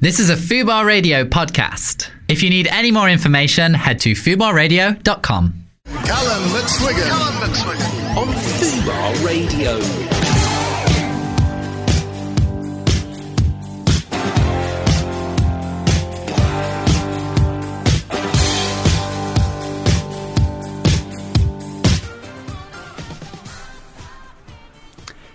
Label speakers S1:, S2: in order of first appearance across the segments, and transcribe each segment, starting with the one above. S1: This is a Fubar Radio podcast. If you need any more information, head to fubarradio.com.
S2: Callum McSwiggan. Callum McSwiggan.
S3: on Fubar Radio.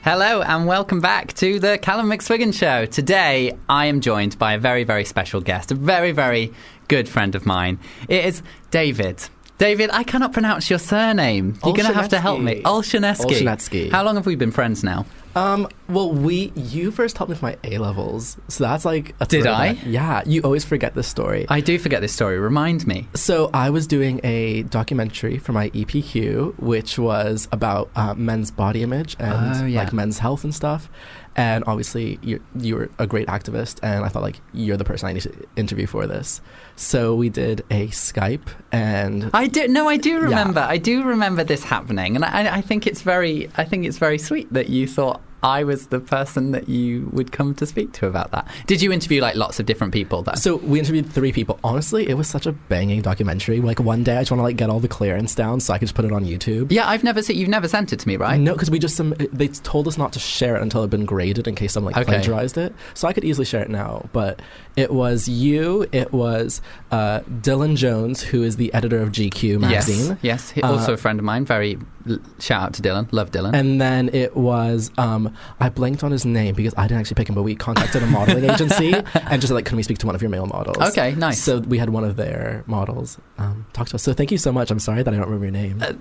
S1: Hello and welcome back to the Callum McSwiggan Show. Today I am joined by a very, very special guest, a very, very good friend of mine. It is David. David, I cannot pronounce your surname. You're going to have to help me.
S4: Olshanetsky.
S1: Olshaneski.
S4: Olshanetsky.
S1: How long have we been friends now?
S4: Um, well, we you first helped me with my A levels, so that's like a
S1: Did I?
S4: throwback. Yeah, you always forget this story.
S1: I do forget this story. Remind me.
S4: so I was doing a documentary for my EPQ, which was about uh, men's body image and
S1: Oh, yeah.
S4: like men's health and stuff. And obviously, you you were a great activist, and I thought like you're the person I need to interview for this. So we did a Skype, and
S1: I do. No, I do remember. I do remember this happening, and I, I think it's very. I think it's very sweet that you thought I was the person that you would come to speak to about that. Did you interview like lots of different people though?
S4: So we interviewed three people. Honestly, it was such a banging documentary. Like one day, I just want to like get all the clearance down so I can just put it on YouTube.
S1: yeah, I've never seen. You've never sent it to me, right?
S4: No, because we just some they told us not to share it until it'd been graded in case someone like
S1: Okay.
S4: plagiarized it. So I could easily share it now, but it was you. It was uh, Dylan Jones, who is the editor of GQ
S1: Yes,
S4: magazine.
S1: yes. He-
S4: Uh,
S1: also a friend of mine. Very l- shout out to Dylan. Love Dylan.
S4: And then it was um, I blanked on his name because I didn't actually pick him, but we contacted a modeling agency and just like, can we speak to one of your male models?
S1: Okay, nice.
S4: So we had one of their models um, talk to us. So thank you so much. I'm sorry that I don't remember your name.
S1: Uh,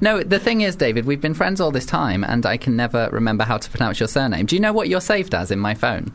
S1: no, the thing is, David, we've been friends all this time, and I can never remember how to pronounce your surname. Do you know what you're saved as in my phone?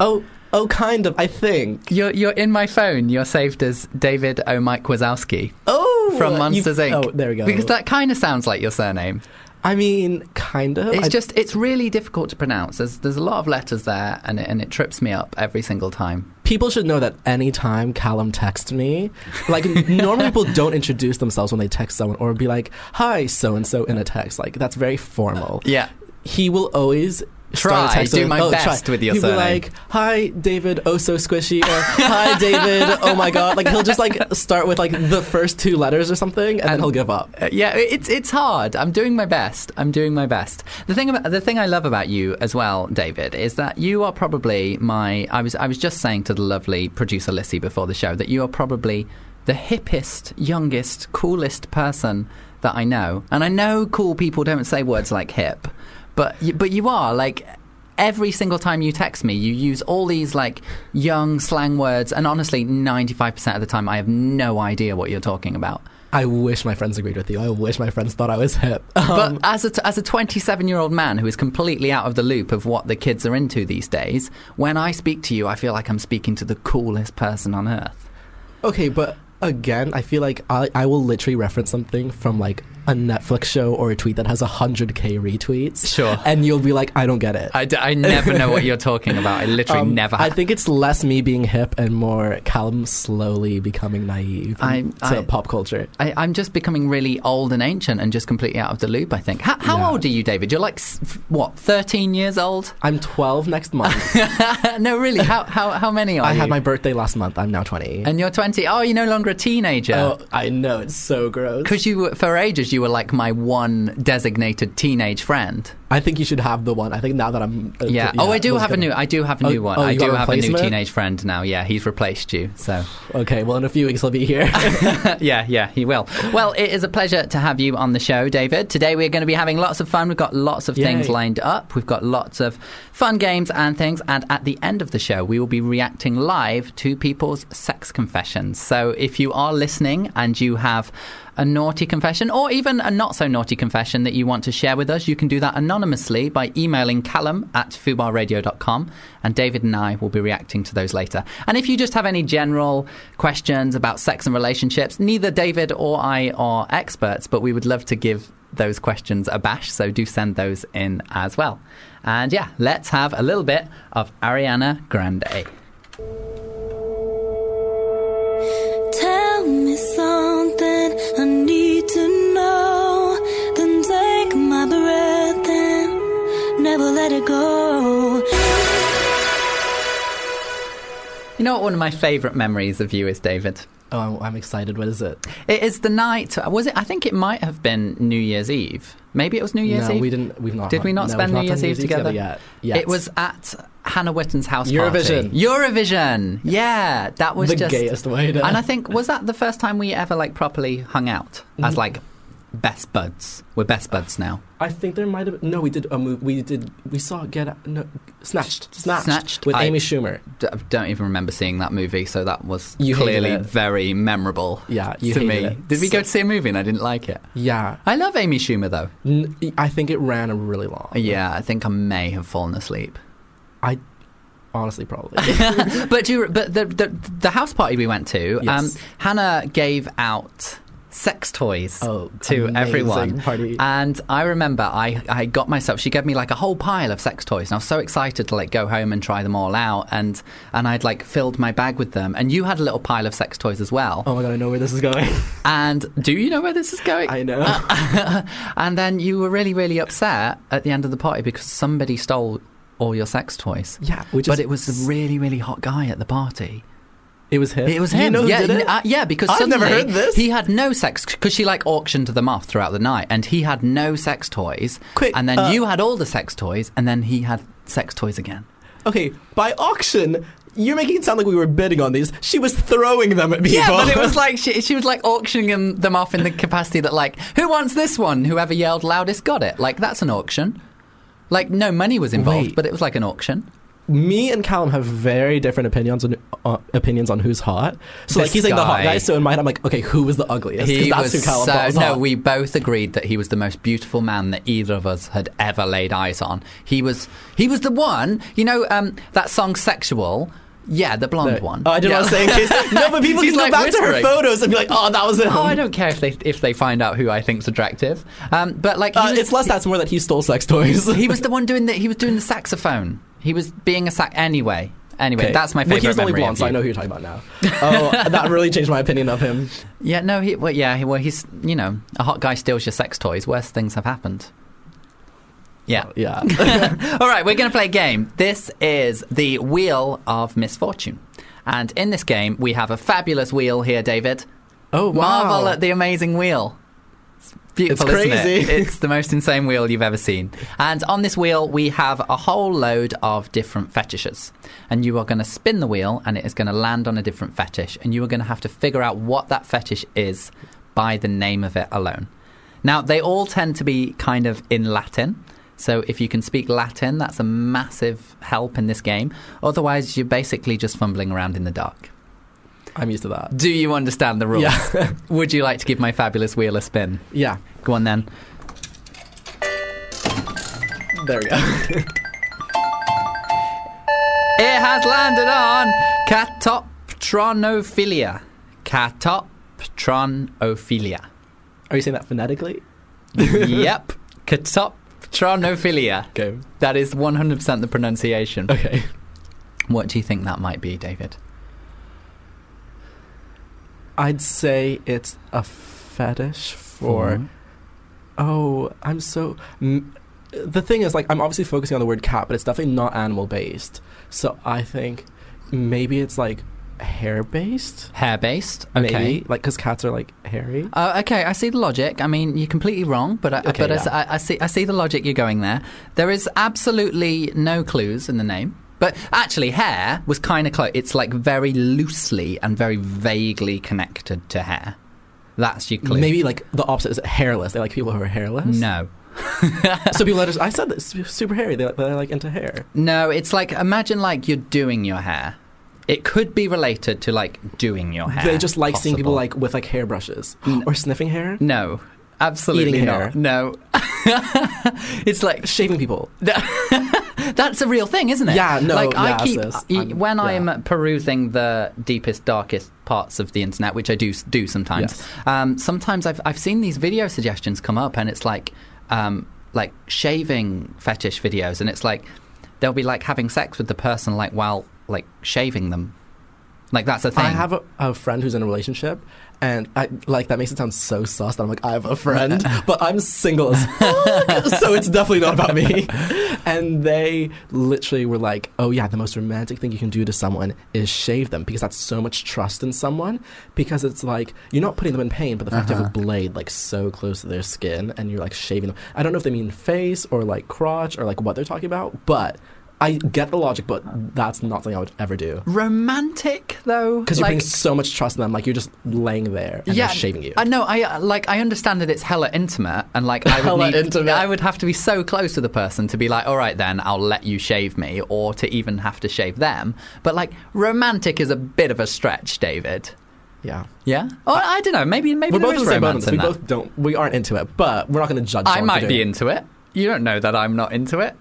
S4: oh, oh, kind of. I think.
S1: You're you're in my phone. You're saved as David O. Mike Wazowski.
S4: Oh,
S1: from
S4: you-
S1: Monsters Inc.
S4: Oh, there we go.
S1: Because that kind of sounds like your surname.
S4: I mean, kind of.
S1: It's
S4: Oh, I-
S1: just it's really difficult to pronounce. There's there's a lot of letters there, and it, and it trips me up every single time.
S4: people should know that anytime Callum texts me, like n- normally people don't introduce themselves when they text someone or be like, "Hi, so and so" in a text. Like that's very formal.
S1: Yeah.
S4: He will always. start
S1: Try,
S4: a text
S1: do
S4: with,
S1: my
S4: oh, Uh, try."
S1: best with your
S4: He'll be
S1: surname.
S4: like, "Hi, David, oh so squishy," or "Hi, David, oh my god." Like he'll just like start with like the first two letters or something, and, then he'll give up.
S1: Uh, yeah, it- it's it's hard. I'm doing my best. I'm doing my best. The thing about, the thing I love about you as well, David, is that you are probably my. I was I was just saying to the lovely producer Lissy before the show that you are probably the hippest, youngest, coolest person that I know, and I know cool people don't say words like hip, but you, but you are like. Every single time you text me, you use all these like young slang words, and honestly, 95% of the time, I have no idea what you're talking about.
S4: I wish my friends agreed with you. I wish my friends thought I was hip.
S1: But
S4: Um,
S1: as a t- as a 27 year old man who is completely out of the loop of what the kids are into these days, when I speak to you, I feel like I'm speaking to the coolest person on earth.
S4: Okay, but again, I feel like I, I will literally reference something from like a Netflix show or a tweet that has 100k retweets.
S1: Sure.
S4: And you'll be like, I don't get it.
S1: I, d- I never know what you're talking about. I literally
S4: Um,
S1: never.
S4: I think it's less me being hip and more Callum slowly becoming naive
S1: I-
S4: to
S1: I-
S4: pop culture.
S1: I, I'm just becoming really old and ancient and just completely out of the loop. I think. How, how
S4: Yeah.
S1: old are you, David? You're like s- f- what, 13 years old?
S4: I'm 12 next month.
S1: no, really. How how how many are
S4: I
S1: you?
S4: had my birthday last month. I'm now 20.
S1: and you're 20. Oh, you're no longer a teenager.
S4: oh, I know it's so gross.
S1: Because you, were, for ages, you were like my one designated teenage friend.
S4: I think you should have the one. I think now that I'm uh,
S1: Yeah. Oh, I do
S4: was
S1: have
S4: gonna-
S1: a new. I do have a new
S4: Oh,
S1: one.
S4: oh,
S1: I
S4: you
S1: do
S4: got a
S1: have a new
S4: replacement?
S1: teenage friend now. Yeah, he's replaced you. So.
S4: Okay, well in a few weeks I'll be here.
S1: yeah, yeah, he will. Well, it is a pleasure to have you on the show, David. Today we're going to be having lots of fun. We've got lots of
S4: Yay.
S1: things lined up. We've got lots of fun games and things. And at the end of the show, we will be reacting live to people's sex confessions. So if you are listening and you have a naughty confession or even a not so naughty confession that you want to share with us, you can do that anonymously by emailing callum at fubarradio.com and David and I will be reacting to those later. And if you just have any general questions about sex and relationships, neither David or I are experts, but we would love to give those questions a bash, so do send those in as well. And yeah, let's have a little bit of Ariana Grande.
S5: Tell me something I need to know. Then take my breath and never let it go.
S1: You know what one of my favourite memories of you is, David?
S4: Oh, I'm, I'm excited. What is it?
S1: It is the night. Was it? I think it might have been New Year's Eve. Maybe it was New Year's
S4: no,
S1: Eve.
S4: we didn't. We've not.
S1: Did we not
S4: no,
S1: spend
S4: we've
S1: New
S4: done
S1: Year's Eve together?
S4: yet? Yes.
S1: It was at Hannah Witten's house party.
S4: Eurovision.
S1: Eurovision. Yeah, that was
S4: the
S1: just.
S4: gayest way to.
S1: And I think was that the first time we ever like properly hung out
S4: Mm.
S1: as like best buds. We're best buds now.
S4: I think there might have. No, we did a movie. We did. We saw Get Out- no, Snatched. Snatched.
S1: Snatched.
S4: with
S1: I-
S4: Amy Schumer.
S1: D- I don't even remember seeing that movie, so that was
S4: You hated
S1: clearly
S4: it.
S1: very memorable
S4: Yeah, you
S1: to
S4: hated
S1: me.
S4: it.
S1: Did we go
S4: So-
S1: to see a movie and I didn't like it?
S4: Yeah,
S1: I love Amy Schumer though.
S4: N- I think it ran really long.
S1: Yeah, I think I may have fallen asleep.
S4: honestly, probably.
S1: but do you, but the, the the house party we went to,
S4: Yes.
S1: um, Hannah gave out sex toys.
S4: oh,
S1: To
S4: amazing
S1: everyone. Uh,
S4: party.
S1: And I remember I, I got myself, she gave me like a whole pile of sex toys. And I was so excited to like go home and try them all out. And, and I'd like filled my bag with them. And you had a little pile of sex toys as well.
S4: oh my god, I know where this is going.
S1: And do you know where this is going? Uh,
S4: I know.
S1: and then you were really, really upset at the end of the party because somebody stole all your sex toys.
S4: yeah, which
S1: but
S4: is,
S1: it was a really, really hot guy at the party.
S4: it was him.
S1: It was him.
S4: You know who
S1: yeah,
S4: did it?
S1: uh, yeah, because
S4: I've
S1: suddenly
S4: never heard this.
S1: he had no sex because she like auctioned them off throughout the night, and he had no sex toys.
S4: Quick,
S1: and then
S4: uh,
S1: you had all the sex toys, and then he had sex toys again.
S4: okay, by auction, you're making it sound like we were bidding on these. She was throwing them at people.
S1: Yeah, but it was like she, she was like auctioning them, them off in the capacity that like, who wants this one? Whoever yelled loudest got it. Like that's an auction. Like no money was involved,
S4: Wait.
S1: but it was like an auction.
S4: me and Callum have very different opinions on uh, opinions on who's hot. So
S1: This
S4: like he's like the hot
S1: guy.
S4: guy. So in mind, I'm like, okay, who was the ugliest? 'Cause
S1: He
S4: that's who
S1: was
S4: Callum thought
S1: so
S4: was
S1: no.
S4: hot.
S1: We both agreed that he was the most beautiful man that either of us had ever laid eyes on. He was he was the one. You know um, that song "Sexual." Yeah, the blonde
S4: There.
S1: one.
S4: Oh, I didn't
S1: yeah.
S4: want to say in case. No, but people
S1: She's
S4: can go
S1: like
S4: back
S1: whispering.
S4: to her photos and be like, oh, that was him.
S1: Oh, I don't care if they if they find out who I think's attractive. Um, but like, he
S4: Uh,
S1: was-
S4: it's less that's more that he stole sex toys.
S1: he was the one doing the he was doing the saxophone. He was being a sax anyway. Anyway,
S4: Okay.
S1: that's my
S4: Well,
S1: favorite
S4: he was the only
S1: memory
S4: blonde,
S1: of
S4: so I
S1: you.
S4: know who you're talking about now. Oh, that really changed my opinion of him.
S1: Yeah, no, he well, yeah, he, well, he's you know a hot guy steals your sex toys. Worse things have happened. Yeah.
S4: Yeah.
S1: All right, we're going to play a game. This is the Wheel of Misfortune. And in this game, we have a fabulous wheel here, David.
S4: Oh, wow.
S1: Marvel at the amazing wheel. It's beautiful,
S4: It's
S1: isn't
S4: crazy.
S1: it? It's the most insane wheel you've ever seen. And on this wheel, we have a whole load of different fetishes. And you are going to spin the wheel, and it is going to land on a different fetish. And you are going to have to figure out what that fetish is by the name of it alone. Now, they all tend to be kind of in Latin. So if you can speak Latin, that's a massive help in this game. Otherwise, you're basically just fumbling around in the dark.
S4: I'm used to that.
S1: Do you understand the rules?
S4: Yeah.
S1: Would you like to give my fabulous wheel a spin?
S4: yeah.
S1: Go on then.
S4: There we go.
S1: It has landed on catoptronophilia. Catoptronophilia.
S4: Are you saying that phonetically?
S1: yep. Catoptronophilia.
S4: Okay.
S1: That is 100% the pronunciation.
S4: Okay.
S1: What do you think that might be, David?
S4: I'd say it's a fetish for. Oh, I'm so. M- the thing is, like, I'm obviously focusing on the word cat, but it's definitely not animal based. So I think maybe it's like hair based.
S1: hair based. Okay.
S4: Maybe. Like, because cats are like hairy.
S1: Uh, okay, I see the logic. I mean, you're completely wrong, but I,
S4: Okay,
S1: but I
S4: yeah.
S1: s- I, I see I see the logic you're going there. There is absolutely no clues in the name, but actually, hair was kind of close. It's like very loosely and very vaguely connected to hair. That's your clue.
S4: Maybe like the opposite is hairless. They like people who are hairless.
S1: no,
S4: so people that are, I said this super hairy. They like, they're like into hair.
S1: no. It's like imagine like you're doing your hair. It could be related to like doing your hair.
S4: They just like seeing people
S1: Ah, Possible.
S4: like with like hairbrushes or sniffing hair,
S1: no, absolutely
S4: Eating
S1: not.
S4: hair.
S1: No, it's like
S4: shaving people.
S1: That's a real thing, isn't it?
S4: Yeah, no,
S1: Like
S4: yeah,
S1: I
S4: it's
S1: keep
S4: this.
S1: y-
S4: I'm-
S1: when
S4: yeah.
S1: I'm perusing the deepest, darkest parts of the internet, which I do s- do sometimes.
S4: Yes.
S1: Um, sometimes I've I've seen these video suggestions come up, and it's like um, like shaving fetish videos, and it's like they'll be like having sex with the person like while like shaving them. Like that's a thing.
S4: I have a, a friend who's in a relationship, And I like that makes it sound so sus that I'm like I have a friend, but I'm single as fuck, so it's definitely not about me. And they literally were like, "Oh yeah, the most romantic thing you can do to someone is shave them because that's so much trust in someone because it's like you're not putting them in pain, but the fact you have a blade like so close to their skin and you're like shaving them. I don't know if they mean face or like crotch or like what they're talking about, but I get the logic, but that's not something I would ever do."
S1: romantic though
S4: Because you're putting so much trust in them, like you're just laying there and they're shaving you.
S1: I know. I uh, like. I understand that it's hella intimate, and like, I would
S4: Hella
S1: need,
S4: intimate.
S1: I would have to be so close to the person to be like, all right, then I'll let you shave me, or to even have to shave them. But like, romantic is a bit of a stretch, David.
S4: yeah,
S1: Yeah. Or I don't know. Maybe maybe
S4: Uh, we're
S1: there
S4: both in
S1: is
S4: the
S1: romance
S4: same boat. on this. We
S1: in that.
S4: both don't. We aren't into it, but we're not going to judge.
S1: I
S4: someone for
S1: might be
S4: doing it.
S1: into it. You don't know that I'm not into it.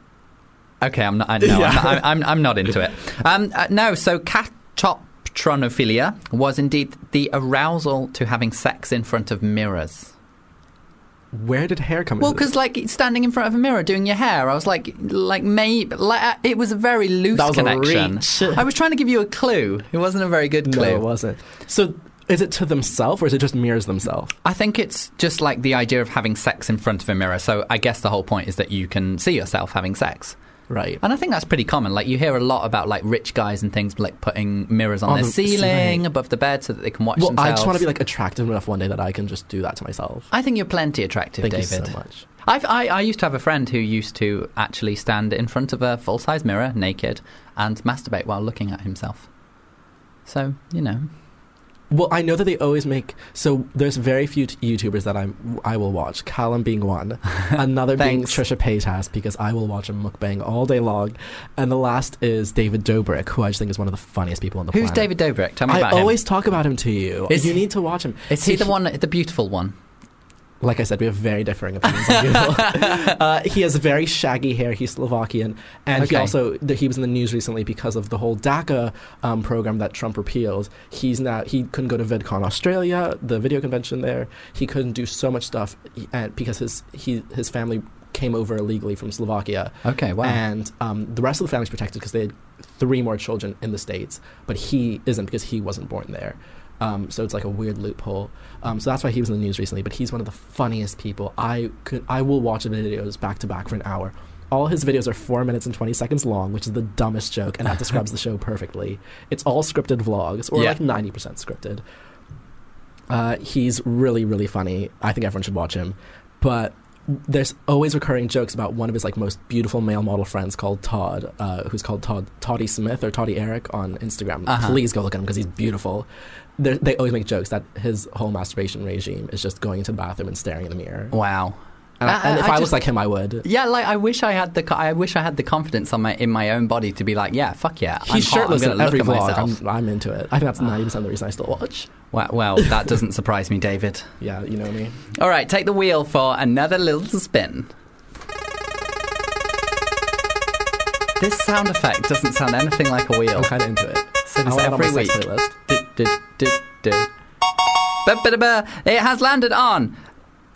S1: Okay, I'm not. I know.
S4: Yeah.
S1: I'm, not, I'm, I'm, I'm not into it. Um, uh, no, so catoptronophilia was indeed the arousal to having sex in front of mirrors.
S4: Where did hair come?
S1: Well,
S4: into this?
S1: because like standing in front of a mirror doing your hair, I was like, like maybe, like uh, it was a very loose
S4: That was a
S1: connection.
S4: reach.
S1: I was trying to give you a clue. It wasn't a very good
S4: no,
S1: clue.
S4: it wasn't. So is it to themselves or is it just mirrors themselves?
S1: I think it's just like the idea of having sex in front of a mirror. So I guess the whole point is that you can see yourself having sex.
S4: Right.
S1: And I think that's pretty common. Like you hear a lot about like rich guys and things like putting mirrors on,
S4: On
S1: their
S4: the
S1: ceiling,
S4: ceiling.
S1: above the bed, so that they can watch
S4: Well, I
S1: themselves.
S4: just want to be like attractive enough one day that I can just do that to myself.
S1: I think you're plenty attractive,
S4: Thank
S1: David.
S4: you so much.
S1: I've, I, I used to have a friend who used to actually stand in front of a full size mirror, naked, and masturbate while looking at himself. So you know,
S4: Well, I know that they always make so. There's very few t- YouTubers that I'm I will watch. Callum being one, another being
S1: Thanks.
S4: Trisha Paytas because I will watch a mukbang all day long, and the last is David Dobrik, who I just think is one of the funniest people on the
S1: who's
S4: planet.
S1: David Dobrik? Tell me
S4: I
S1: about
S4: always talk about him to you.
S1: Is-
S4: you need to watch him.
S1: him. Is he the one, the beautiful one?
S4: Like I said, we have very differing opinions on people. uh, he has very shaggy hair. He's Slovakian, and
S1: Okay.
S4: he also th- he was in the news recently because of the whole DACA um, program that Trump repealed. He's now he couldn't go to VidCon Australia, the video convention there. He couldn't do so much stuff he- and because his he his family came over illegally from Slovakia.
S1: Okay, wow.
S4: And um, the rest of the family's protected because they had three more children in the States, but he isn't because he wasn't born there. Um, so it's like a weird loophole. Um, so that's why he was in the news recently. But he's one of the funniest people. I could, I will watch his videos back to back for an hour. All his videos are four minutes and twenty seconds long, which is the dumbest joke, and that describes the show perfectly. It's all scripted vlogs, or
S1: Yeah.
S4: like ninety percent scripted. Uh, he's really, really funny. I think everyone should watch him. But there's always recurring jokes about one of his like most beautiful male model friends called Todd, uh, who's called Todd Toddy Smith or Toddy Eric on Instagram.
S1: Uh-huh.
S4: Please go look at him because he's beautiful. They're, they always make jokes that his whole masturbation regime is just going into the bathroom and staring in the mirror.
S1: Wow.
S4: And, I-
S1: I-
S4: and if
S1: I
S4: I, looked
S1: just-
S4: like him, I would.
S1: Yeah, like I wish I had the co- I wish I had the confidence on my in my own body to be like, yeah, fuck yeah. I'm
S4: He's
S1: hot, I'm
S4: shirtless
S1: gonna
S4: in every
S1: look at
S4: vlog.
S1: myself.
S4: I'm, I'm into it. I think that's ninety percent of the reason I still watch.
S1: Well, well, that doesn't surprise me, David.
S4: Yeah, you know me.
S1: All right, take the wheel for another little spin. This sound effect doesn't sound anything like a wheel.
S4: I'm kind of into it.
S1: So does
S4: I'll add it on my
S1: every
S4: sex
S1: week.
S4: playlist.
S1: Du- du- du- du. Ba-ba-da-ba. It has landed on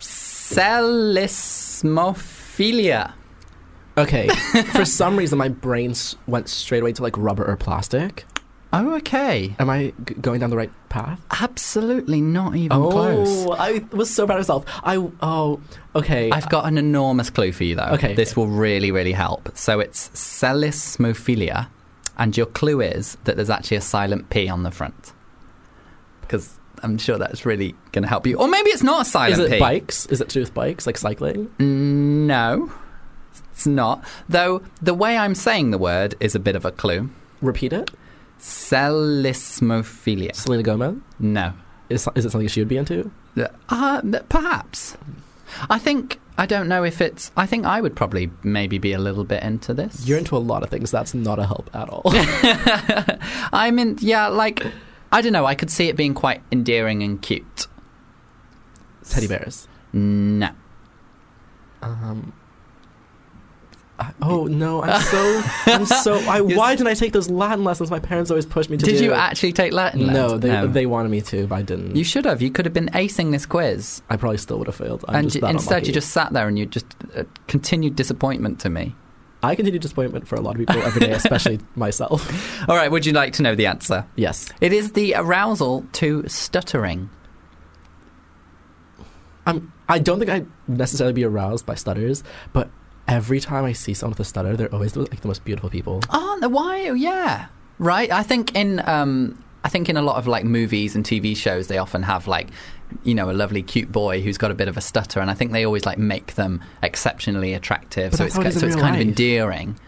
S1: celismophilia.
S4: Okay. For some reason, my brain s- went straight away to like rubber or plastic.
S1: Oh, okay.
S4: Am I g- going down the right path?
S1: Absolutely not even close.
S4: I was so proud of myself. I oh, okay.
S1: I've got an enormous clue for you, though.
S4: Okay.
S1: This will really, really help. So it's celismophilia, and your clue is that there's actually a silent P on the front. Because I'm sure that's really going to help you. Or maybe it's not a
S4: Is
S1: silent
S4: it
S1: P.
S4: bikes? Is it to do with bikes, like cycling?
S1: No, it's not. Though the way I'm saying the word is a bit of a clue.
S4: Repeat it.
S1: Celismophilia.
S4: Selena Gomez.
S1: No.
S4: Is is it something she would be into?
S1: Uh, th- perhaps. I think, I don't know if it's, I think I would probably maybe be a little bit into this.
S4: You're into a lot of things. That's not a help at all.
S1: I mean, yeah, like I don't know. I could see it being quite endearing and cute.
S4: Teddy bears.
S1: No,
S4: Um. I- oh no! I'm so I'm so. I, why didn't I take those Latin lessons? My parents always pushed me to
S1: did
S4: do?
S1: you actually take Latin?
S4: No,
S1: lessons?
S4: they they wanted me to, but I didn't.
S1: You should have. You could have been acing this quiz,
S4: I probably still would have failed. I'm
S1: and
S4: just
S1: you-
S4: that
S1: instead you
S4: unlucky.
S1: just sat there and you just uh, continued disappointment to me.
S4: I continue disappointment for a lot of people every day, especially myself.
S1: All right, would you like to know the answer?
S4: Yes.
S1: It is the arousal to stuttering.
S4: I'm, I don't think I'd necessarily be aroused by stutters, but every time I see someone with a stutter, they're always the, like the most beautiful people.
S1: Oh, no, why? Oh, Yeah, right. I think in um, I think in a lot of like movies and TV shows, they often have like you know a lovely cute boy who's got a bit of a stutter, and I think they always like make them exceptionally attractive.
S4: But
S1: so it's
S4: that's how it
S1: ki-
S4: is in
S1: so it's
S4: real
S1: kind
S4: life.
S1: of endearing.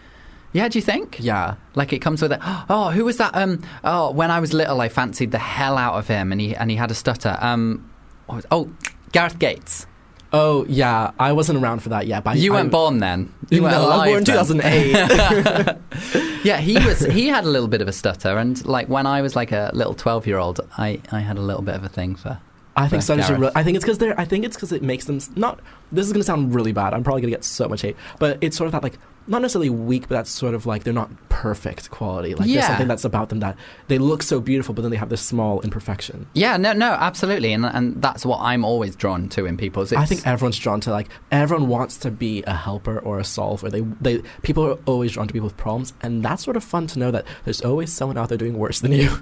S1: Yeah, do you think?
S4: Yeah.
S1: Like it comes with it. Oh, who was that? Um, oh, when I was little, I fancied the hell out of him, and he and he had a stutter. Um, what was- oh, Gareth Gates.
S4: Oh yeah, I wasn't around for that yet. But I-
S1: You
S4: I'm-
S1: weren't born then. You weren't
S4: no, I
S1: alive
S4: was born in
S1: then.
S4: 2008.
S1: Yeah, he was. He had a little bit of a stutter, and like when I was like a little twelve-year-old, I, I had a little bit of a thing for.
S4: I think
S1: Yeah,
S4: stutters are.
S1: Gareth.
S4: Re- I think it's because they're. I think it's because it makes them s- not. This is gonna sound really bad. I'm probably gonna get so much hate, but it's sort of that like not necessarily weak, but that's sort of like they're not perfect quality. Like there's
S1: Yeah.
S4: something that's about them that they look so beautiful, but then they have this small imperfection.
S1: Yeah, no, no, absolutely, and and that's what I'm always drawn to in people. is
S4: I
S1: it's-
S4: think everyone's drawn to like everyone wants to be a helper or a solver. They they people are always drawn to people with problems, and that's sort of fun to know that there's always someone out there doing worse than you.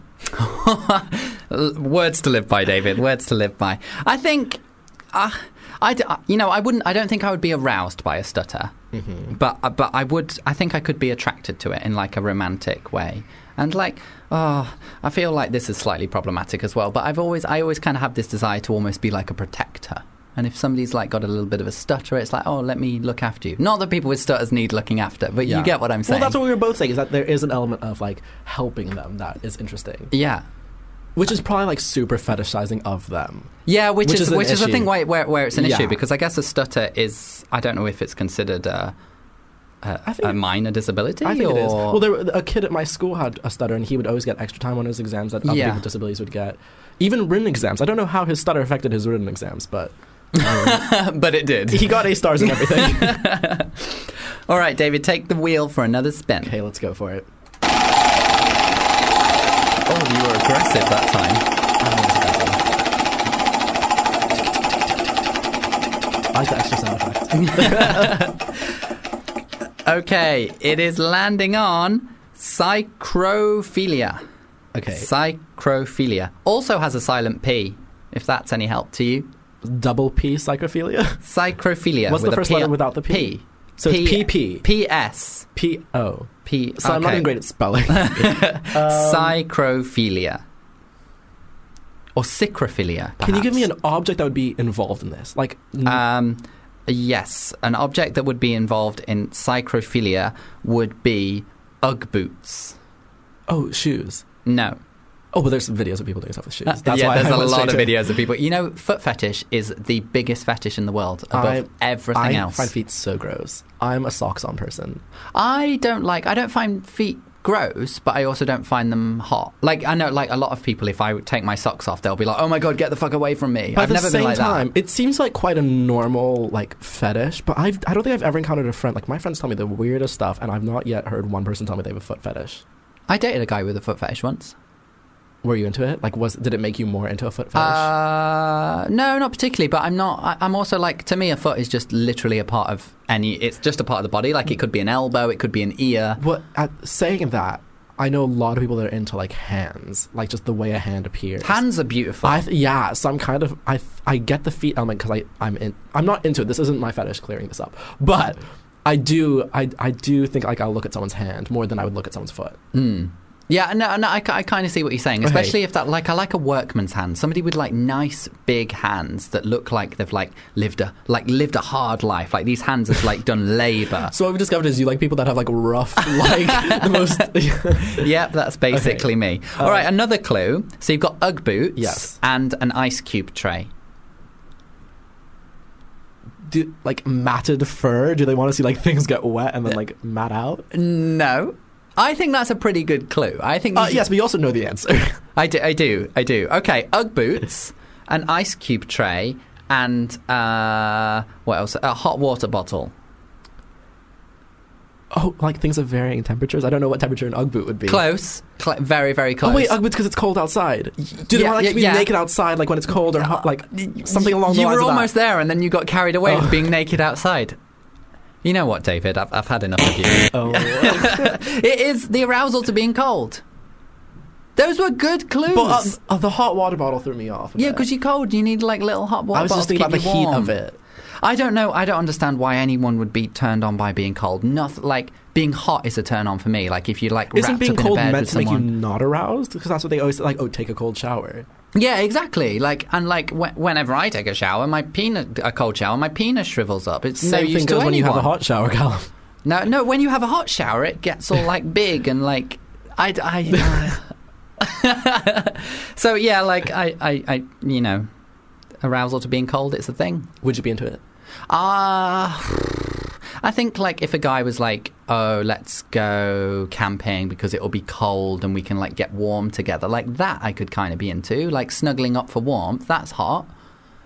S1: L- words to live by, David. Words to live by. I think, uh, I, d- uh, you know, I wouldn't. I don't think I would be aroused by a stutter,
S4: Mm-hmm.
S1: but uh, but I would. I think I could be attracted to it in like a romantic way. And like, oh, I feel like this is slightly problematic as well. But I've always, I always kind of have this desire to almost be like a protector. And if somebody's like got a little bit of a stutter, it's like, oh, let me look after you. Not that people with stutters need looking after, but you get what I'm saying.
S4: Well, that's what we were both saying is that there is an element of like helping them that is interesting,
S1: yeah.
S4: which is probably like super fetishizing of them.
S1: Yeah, which,
S4: Which
S1: is,
S4: is an
S1: which is I
S4: issue.
S1: think why, where where it's an
S4: Yeah.
S1: issue because I guess a stutter is I don't know if it's considered a, a,
S4: I think-
S1: a minor disability.
S4: I think
S1: or,
S4: it is. Well, there, a kid at my school had a stutter, and he would always get extra time on his exams that other
S1: Yeah.
S4: people with disabilities would get. Even written exams. I don't know how his stutter affected his written exams, but
S1: but it did.
S4: he got A stars and everything.
S1: All right, David, take the wheel for another spin.
S4: okay, let's go for it.
S1: Oh, you were aggressive that time.
S4: I like the extra sound effect.
S1: Okay, it is landing on psychrophilia.
S4: Okay,
S1: Psychrophilia also has a silent p. If that's any help to you,
S4: double P psychophilia.
S1: psychrophilia.
S4: What's the
S1: with a
S4: first
S1: P-
S4: letter without the P?
S1: P.
S4: So it's
S1: P-
S4: PP.
S1: PS.
S4: P O.
S1: P.
S4: So I'm not
S1: okay.
S4: even great at spelling.
S1: Psychrophilia. Or psychrophilia.
S4: Can you give me
S1: perhaps.
S4: an object that would be involved in this? Like, n-
S1: Um, yes, an object that would be involved in psychrophilia would be Ugg boots.
S4: oh, shoes.
S1: No.
S4: Oh, but there's videos of people doing stuff with shoes. That's
S1: Uh, yeah,
S4: why
S1: there's
S4: I
S1: a
S4: went
S1: lot of
S4: straight to-
S1: videos of people. You know, foot fetish is the biggest fetish in the world above
S4: I-
S1: everything
S4: I
S1: else.
S4: find feet so gross. I'm a socks on person.
S1: I don't like. I don't find feet gross, but I also don't find them hot. Like I know, like a lot of people, if I take my socks off, they'll be like, "Oh my god, get the fuck away from me!"
S4: But
S1: I've
S4: at the
S1: never
S4: same
S1: been like
S4: time,
S1: that.
S4: it seems like quite a normal like fetish. But I've I don't think I've ever encountered a friend like my friends tell me the weirdest stuff, and I've not yet heard one person tell me they have a foot fetish.
S1: I dated a guy with a foot fetish once.
S4: Were you into it? Like, was did it make you more into a foot fetish?
S1: Uh, no, not particularly. But I'm not. I, I'm also like to me, a foot is just literally a part of any. It's just a part of the body. Like it could be an elbow, it could be an ear.
S4: Well, at saying that, I know a lot of people that are into like hands, like just the way a hand appears.
S1: Hands are beautiful.
S4: I th- yeah, so I'm kind of I th- I get the feet element because I I'm in I'm not into it. This isn't my fetish clearing this up, but I do I I do think like I'll look at someone's hand more than I would look at someone's foot.
S1: Hmm. yeah, no, no. I, kind of see what you're saying, especially if that like I like a workman's hand. Somebody with like nice big hands that look like they've like lived a like lived a hard life. Like these hands have like done labor.
S4: So what we've discovered is you like people that have like rough like the most.
S1: yep, that's basically me. All right, another clue. So you've got UGG boots
S4: Yes.
S1: and an ice cube tray.
S4: do, like matted fur. Do they want to see like things get wet and then like mat out?
S1: No. I think that's a pretty good clue. I think
S4: Uh,
S1: you-
S4: yes, but you also know the answer.
S1: I do, I do, I do. Okay, UGG boots, an ice cube tray, and uh, what else? A hot water bottle.
S4: oh, like things of varying temperatures. I don't know what temperature an ugg boot would be.
S1: Close, Cl- very, very close.
S4: Oh wait, Ugg boots because it's cold outside. Do they
S1: yeah,
S4: want like,
S1: yeah,
S4: to be
S1: yeah.
S4: naked outside, like when it's cold or hot, like something along the
S1: you
S4: lines
S1: were
S4: of that?
S1: almost there, and then you got carried away
S4: Oh.
S1: with being naked outside. You know what, David? I've, I've had enough of you.
S4: Oh.
S1: it is the arousal to being cold. Those were good clues.
S4: But uh, uh, the hot water bottle threw me off. a
S1: yeah,
S4: bit.
S1: because you're cold. You need like little hot water.
S4: I was
S1: bottles
S4: just thinking
S1: to
S4: about the
S1: keep you
S4: heat
S1: warm.
S4: of it.
S1: I don't know. I don't understand why anyone would be turned on by being cold. Nothing like being hot is a turn on for me. Like if you're like
S4: Isn't
S1: wrapped
S4: being
S1: up
S4: cold
S1: in a bed
S4: meant
S1: with
S4: to make you
S1: someone.
S4: not aroused? Because that's what they always say, like. Oh, take a cold shower.
S1: Yeah, exactly. Like and like wh- whenever I take a shower, my penis a cold shower, my penis shrivels up. It's no
S4: Same
S1: use
S4: thing
S1: to
S4: goes
S1: anyone.
S4: when you have a hot shower, Callum.
S1: No, no. When you have a hot shower, it gets all like big and like I. I- so yeah, like I, I, I, you know, arousal to being cold. It's a thing.
S4: Would you be into it?
S1: Ah. I think like if a guy was like, "Oh, let's go camping because it'll be cold and we can like get warm together," like that, I could kind of be into like snuggling up for warmth. That's hot,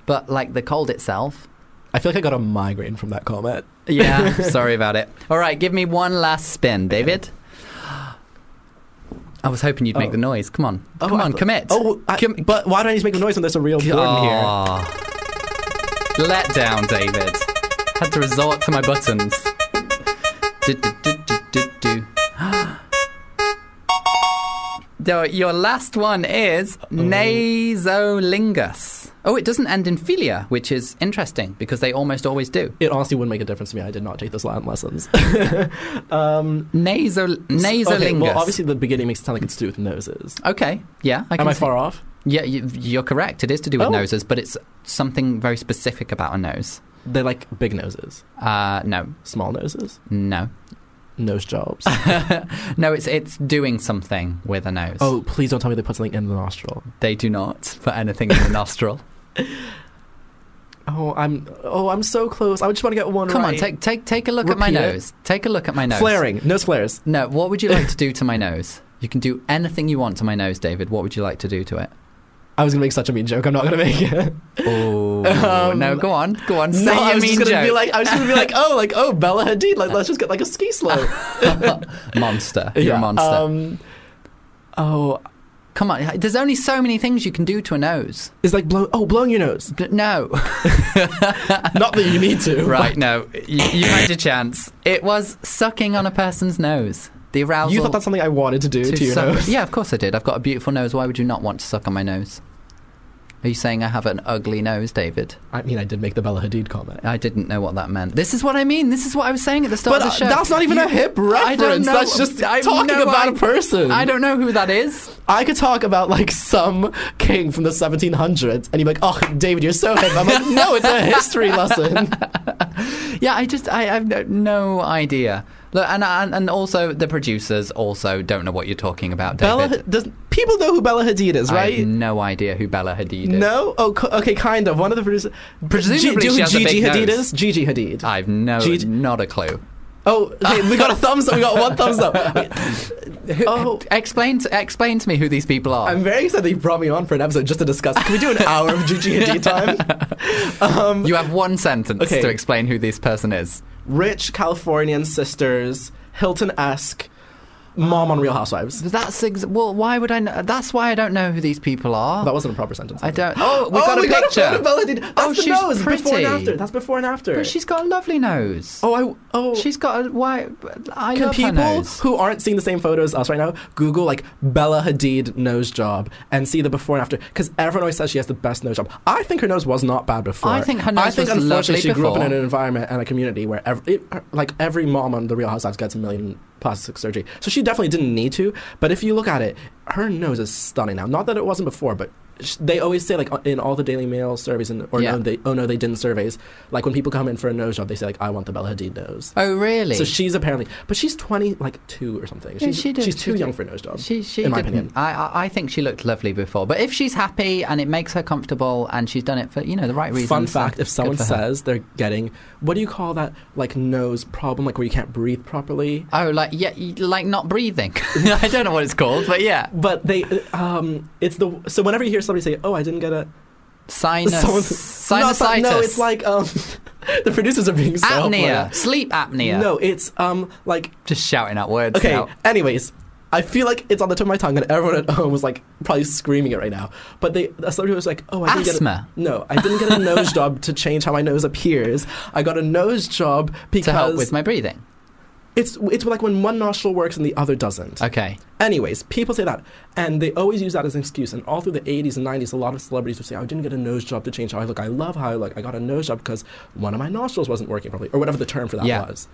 S1: but like the cold itself,
S4: I feel like I got a migraine from that comment.
S1: yeah. sorry about it. All right, give me one last spin, David. I was hoping you'd make
S4: Oh.
S1: the noise. Come on,
S4: Oh,
S1: come
S4: I
S1: on,
S4: thought-
S1: commit.
S4: Oh, I,
S1: Com-
S4: but why do I need to make a noise when there's a real board here?
S1: Aw. Let down, David. Had to resort to my buttons. Do, do, do, do, do, do. So Your last one is
S4: Oh.
S1: nasolingus. Oh, it doesn't end in philia, which is interesting because they almost always do.
S4: It honestly wouldn't make a difference to me. I did not take those Latin lessons.
S1: Nasol- nasolingus.
S4: Okay, well, obviously the beginning makes it sound like it's to do with noses.
S1: Okay, yeah. I can
S4: Am I
S1: see-
S4: far off?
S1: Yeah, you, you're correct. It is to do with
S4: Oh.
S1: noses, but it's something very specific about a nose.
S4: They're like big noses,
S1: Uh, no,
S4: small noses,
S1: no.
S4: nose jobs.
S1: no, it's it's doing something with a nose.
S4: oh, please don't tell me they put something in the nostril.
S1: they do not put anything in the nostril.
S4: Oh, I'm oh, I'm so close. I just want to get one
S1: Come
S4: right.
S1: on, take take take a look at my
S4: Repeat it.
S1: nose. Take a look at my nose.
S4: flaring, nose flares.
S1: No, what would you like to do to my nose? You can do anything you want to my nose, David. What would you like to do to it?
S4: I was gonna make such a mean joke. I'm not gonna make it.
S1: Oh
S4: Um,
S1: no! Go on, go on. Say
S4: no, I
S1: your
S4: was
S1: mean
S4: just gonna
S1: joke.
S4: be like, I was just gonna be like, oh, like oh, Bella Hadid. Like, let's just get like a ski slope.
S1: monster. You're a monster.
S4: Um, oh,
S1: Come on. There's only so many things you can do to a nose.
S4: it's like blow. Oh, blowing your nose.
S1: But no.
S4: Not that you need to.
S1: right. No. You, you had your chance. It was sucking on a person's nose. The
S4: but
S1: arousal.
S4: You thought that's something I wanted to do to, your
S1: suck-
S4: nose.
S1: Yeah, of course I did. I've got a beautiful nose. Why would you not want to suck on my nose? Are you saying I have an ugly nose, David?
S4: I mean, I did make the Bella Hadid comment.
S1: I didn't know what that meant. This is what I mean. This is what I was saying at the start
S4: But
S1: of
S4: uh,
S1: the show.
S4: that's not even
S1: You-
S4: a hip
S1: I don't
S4: reference.
S1: know.
S4: That's just
S1: I have
S4: talking
S1: no
S4: about a
S1: idea.
S4: person.
S1: I don't know who that is.
S4: I could talk about like some king from the 1700s, and you'd be like, "Oh, David, you're so hip." I'm like, "No, it's a history lesson."
S1: Yeah, I just I, I have no, no idea. Look, and, and and also the producers also don't know what you're talking about,
S4: Bella,
S1: David.
S4: Had- does people know who Bella Hadid is,
S1: I have
S4: right?
S1: no idea who Bella Hadid is.
S4: No. Oh, co- okay, kind of. One of the producers.
S1: Presumably
S4: do you
S1: she
S4: know
S1: has a
S4: who Gigi
S1: big
S4: Hadid
S1: nose.
S4: is? Gigi Hadid.
S1: I've no
S4: Gigi-
S1: not a clue.
S4: oh, okay, we got a thumbs up. We got one thumbs up. Oh.
S1: explain to, explain to me who these people are.
S4: I'm very excited that you brought me on for an episode just to discuss. Can we do an hour of Gigi Hadid time?
S1: You have one sentence
S4: Okay.
S1: to explain who this person is.
S4: Rich Californian sisters, Hilton-esque mom on Real Housewives.
S1: That's ex- well. Why would I? Know? That's why I don't know who these people are.
S4: That wasn't a proper sentence.
S1: I don't. Oh, we got a
S4: we got
S1: picture.
S4: photo of Bella Hadid. That's
S1: Oh,
S4: the
S1: she's
S4: nose. Before and
S1: pretty.
S4: after. That's before and after.
S1: but she's got a lovely nose.
S4: oh, I oh.
S1: she's got a why? I love
S4: can
S1: her
S4: people
S1: nose.
S4: who aren't seeing the same photo as us right now Google like Bella Hadid nose job and see the before and after? Because everyone always says she has the best nose job. I think her nose was not bad before.
S1: I think her nose
S4: I think
S1: was lovely
S4: unfortunately she grew up in
S1: before.
S4: an environment and a community where every, it- uh, like every mom on The Real Housewives gets a million plastic surgery, so she definitely didn't need to. But if you look at it, her nose is stunning now. Not that it wasn't before, but. sh- They always say like in all the Daily Mail surveys and or
S1: Yeah.
S4: no they oh no they didn't surveys like when people come in for a nose job they say like I want the Bella Hadid nose
S1: oh, really?
S4: so she's apparently, but she's twenty, like two or something.
S1: Yeah,
S4: She's,
S1: she did-
S4: she's
S1: she
S4: too
S1: did.
S4: young for a nose job.
S1: she, she
S4: in my
S1: didn't.
S4: opinion.
S1: I, I I think she looked lovely before. But if she's happy and it makes her comfortable and she's done it for you know the right reasons.
S4: Fun
S1: then
S4: fact:
S1: good
S4: If someone
S1: for her.
S4: says they're getting, what do you call that? Like nose problem, like where you can't breathe properly.
S1: "Oh, like yeah, y- like not breathing," I don't know what it's called, but yeah,
S4: But they, um, it's the so whenever you hear somebody say, "Oh, I didn't get a,"
S1: sinus,
S4: not si-
S1: sinusitis,
S4: no, it's like um, the producers are being so
S1: apnea, sleep apnea.
S4: No, it's um, like
S1: just shouting out words.
S4: Okay.
S1: now.
S4: Anyways, I feel like it's on the tip of my tongue, and everyone at home was like probably screaming it right now. But they, a celebrity was like, "Oh, I didn't
S1: Asthma.
S4: get a, no, I didn't get a nose job to change how my nose appears. I got a nose job because
S1: to help with my breathing.
S4: it's it's like when one nostril works and the other doesn't.
S1: Okay.
S4: Anyways, people say that, and they always use that as an excuse. And all through the 80s and 90s, a lot of celebrities would say, "Oh, I didn't get a nose job to change how I look. I love how I look. I got a nose job because one of my nostrils wasn't working properly, or whatever the term for that
S1: Yeah.
S4: was.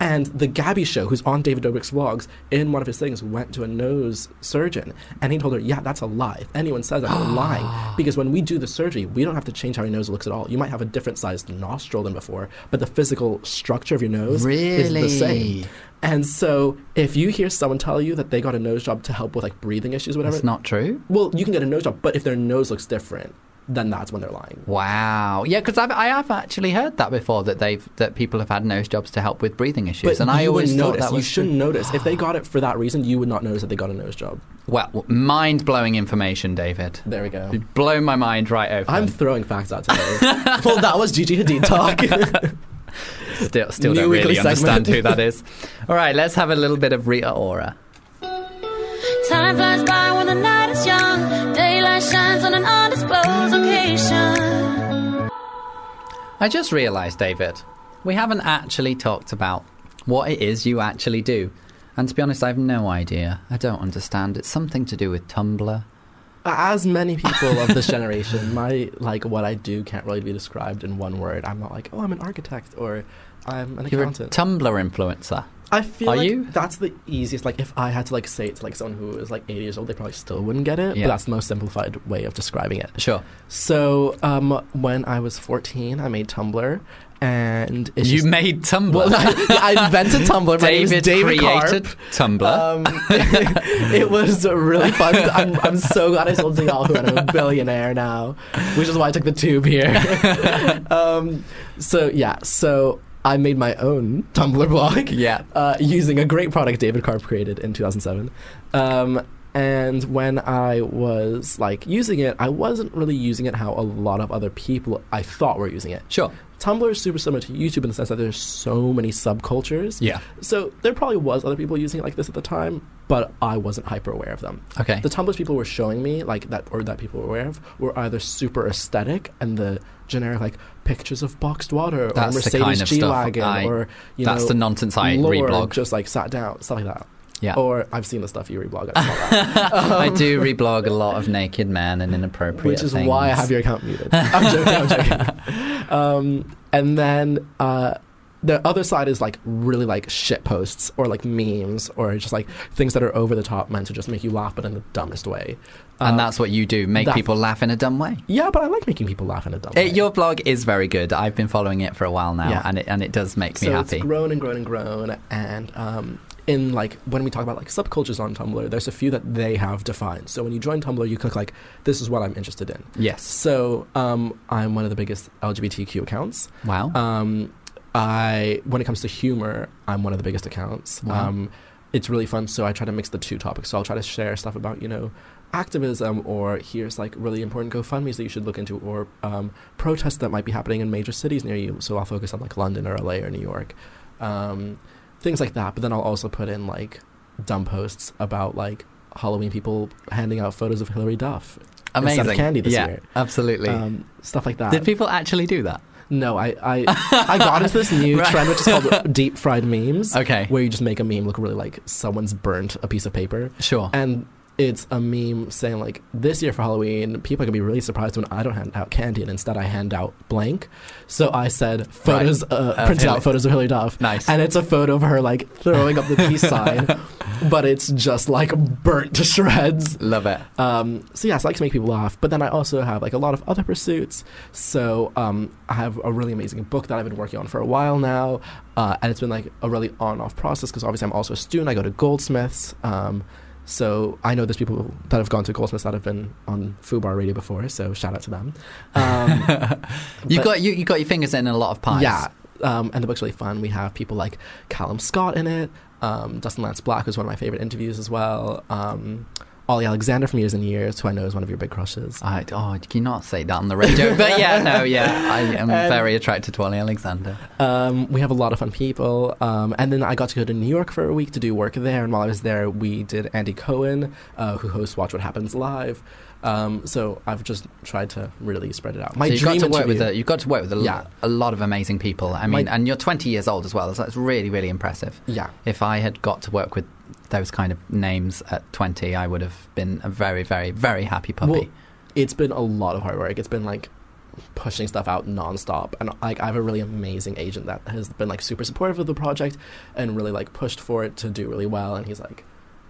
S4: And the Gabby Show, who's on David Dobrik's vlogs, in one of his things, went to a nose surgeon, and he told her, "Yeah, that's a lie. If anyone says that, they're lying. Because when we do the surgery, we don't have to change how your nose looks at all. You might have a different sized nostril than before, but the physical structure of your nose is the same.
S1: Really?
S4: And so, if you hear someone tell you that they got a nose job to help with like breathing issues, whatever,
S1: That's not true.
S4: well, you can get a nose job, but if their nose looks different, then that's when they're lying.
S1: Wow. Yeah, because I have actually heard that before that they've that people have had nose jobs to help with breathing issues, and I
S4: you
S1: always
S4: wouldn't
S1: thought
S4: notice.
S1: that
S4: you
S1: was true.
S4: shouldn't notice. If they got it for that reason, you would not notice that they got a nose job.
S1: Well, mind blowing information, David.
S4: There we go.
S1: You've blown my mind right open.
S4: I'm throwing facts out today. well, that was Gigi Hadid talk.
S1: still still
S4: New
S1: don't really
S4: weekly
S1: understand
S4: segment.
S1: who that is. All right, let's have a little bit of Rita Ora.
S5: Time flies by when the night is young. Daylight shines on an undisclosed location.
S1: I just realised, David, we haven't actually talked about what it is you actually do. And to be honest, I have no idea. I don't understand. It's something to do with Tumblr.
S4: As many people of this generation, my like what I do can't really be described in one word. I'm not like, oh, I'm an architect or I'm an
S1: You're a
S4: accountant.
S1: Tumblr influencer.
S4: I feel
S1: Are
S4: like
S1: you?
S4: that's the easiest. Like, if I had to like say it to like someone who is like 80 years old, they probably still wouldn't get it.
S1: Yeah.
S4: But that's the most simplified way of describing it.
S1: Sure.
S4: So, um, when I was 14, I made Tumblr, and it's
S1: you
S4: just-
S1: made Tumblr.
S4: well, I, I invented Tumblr. My name is
S1: David,
S4: David Karp.
S1: created Tumblr.
S4: Um, it was really fun. I'm, I'm so glad I sold to y'all who I'm a billionaire now, which is why I took the tube here. um, so yeah, so I made my own Tumblr blog
S1: yeah.
S4: uh, using a great product David Karp created in 2007. Um, and when I was like using it, I wasn't really using it how a lot of other people I thought were using it.
S1: Sure.
S4: Tumblr is super similar to YouTube in the sense that there's so many subcultures.
S1: Yeah.
S4: So there probably was other people using it like this at the time, but I wasn't hyper aware of them.
S1: Okay.
S4: The Tumblrs people were showing me, like that, or that people were aware of, were either super aesthetic and the generic like pictures of boxed water or
S1: That's the
S4: Mercedes
S1: kind of stuff
S4: G-wagon
S1: I-
S4: or you
S1: That's
S4: know
S1: the nonsense I
S4: lore,
S1: reblog.
S4: just like sat down, stuff like that.
S1: Yeah.
S4: Or I've seen the stuff you reblog. I saw that.
S1: I do reblog a lot of naked men and inappropriate
S4: Um, which is
S1: things.
S4: why I have your account muted. I'm joking. I'm joking. Um, and then uh, the other side is like really like shit posts or like memes or just like things that are over the top meant to just make you laugh, but in the dumbest way.
S1: and
S4: Um,
S1: that's what you do, make
S4: that-
S1: people laugh in a dumb way.
S4: yeah, but I like making people laugh in a dumb
S1: Uh,
S4: way.
S1: your blog is very good. I've been following it for a while now,
S4: Yeah.
S1: and it and it does make
S4: so
S1: me happy.
S4: it's grown and grown and grown and. Um, in like when we talk about like subcultures on Tumblr, there's a few that they have defined. So when you join Tumblr, you click like, this is what I'm interested in.
S1: yes.
S4: So um, I'm one of the biggest LGBTQ accounts.
S1: Wow.
S4: Um, I when it comes to humor, I'm one of the biggest accounts.
S1: Wow.
S4: Um, it's really fun, so I try to mix the two topics. So I'll try to share stuff about you know activism, or here's like really important GoFundmes that you should look into, or um, protests that might be happening in major cities near you. So I'll focus on like London or LA or New York, um, things like that. But then I'll also put in like dumb posts about like Halloween people handing out photos of Hillary Duff, instead
S1: Amazing.
S4: of candy this
S1: yeah,
S4: year.
S1: Absolutely.
S4: um, stuff like that.
S1: Did people actually do that?
S4: No, I I, I got into this new
S1: Right.
S4: trend which is called deep fried memes,
S1: Okay.
S4: where you just make a meme look really like someone's burnt a piece of paper,
S1: Sure.
S4: and it's a meme saying like this year for Halloween, people are gonna be really surprised when I don't hand out candy and instead I hand out blank. So I said photos, uh,
S1: Of
S4: printed
S1: Hillary.
S4: out photos of Hillary Duff,
S1: Nice.
S4: and it's a photo of her like throwing up the peace sign, but it's just like burnt to shreds.
S1: Love it.
S4: Um, so yes, I like to make people laugh, but then I also have like a lot of other pursuits. So um, I have a really amazing book that I've been working on for a while now, uh, and it's been like a really on-off process because obviously I'm also a student. I go to Goldsmiths, um, so I know there's people that have gone to Goldsmiths that have been on Fubar Radio before. So shout out to them. Um,
S1: You
S4: but-
S1: got you, you got your fingers in a lot of pies.
S4: yeah. Um, and the book's really fun. We have people like Callum Scott in it. Um, Dustin Lance Black was one of my favorite interviews as well. Um, Ollie Alexander from Years and Years, who I know is one of your big crushes.
S1: I, oh, you cannot say that on the radio. but yeah, no, yeah, I am very attracted to Ollie Alexander.
S4: Um, we have a lot of fun people. Um, and then I got to go to New York for a week to do work there. And while I was there, we did Andy Cohen, uh, who hosts Watch What Happens Live. Um, so I've just tried to really spread it out. My
S1: so you got
S4: dream
S1: to work with
S4: interview-
S1: a, you got to work with a, l-
S4: Yeah.
S1: a lot of amazing people. I
S4: My-
S1: mean, and you're 20 years old as well, so that's really really impressive.
S4: Yeah.
S1: If I had got to work with those kind of names at 20, I would have been a very, very, very happy puppy.
S4: Well, it's been a lot of hard work. It's been like pushing stuff out nonstop, and like I have a really amazing agent that has been like super supportive of the project and really like pushed for it to do really well. And he's like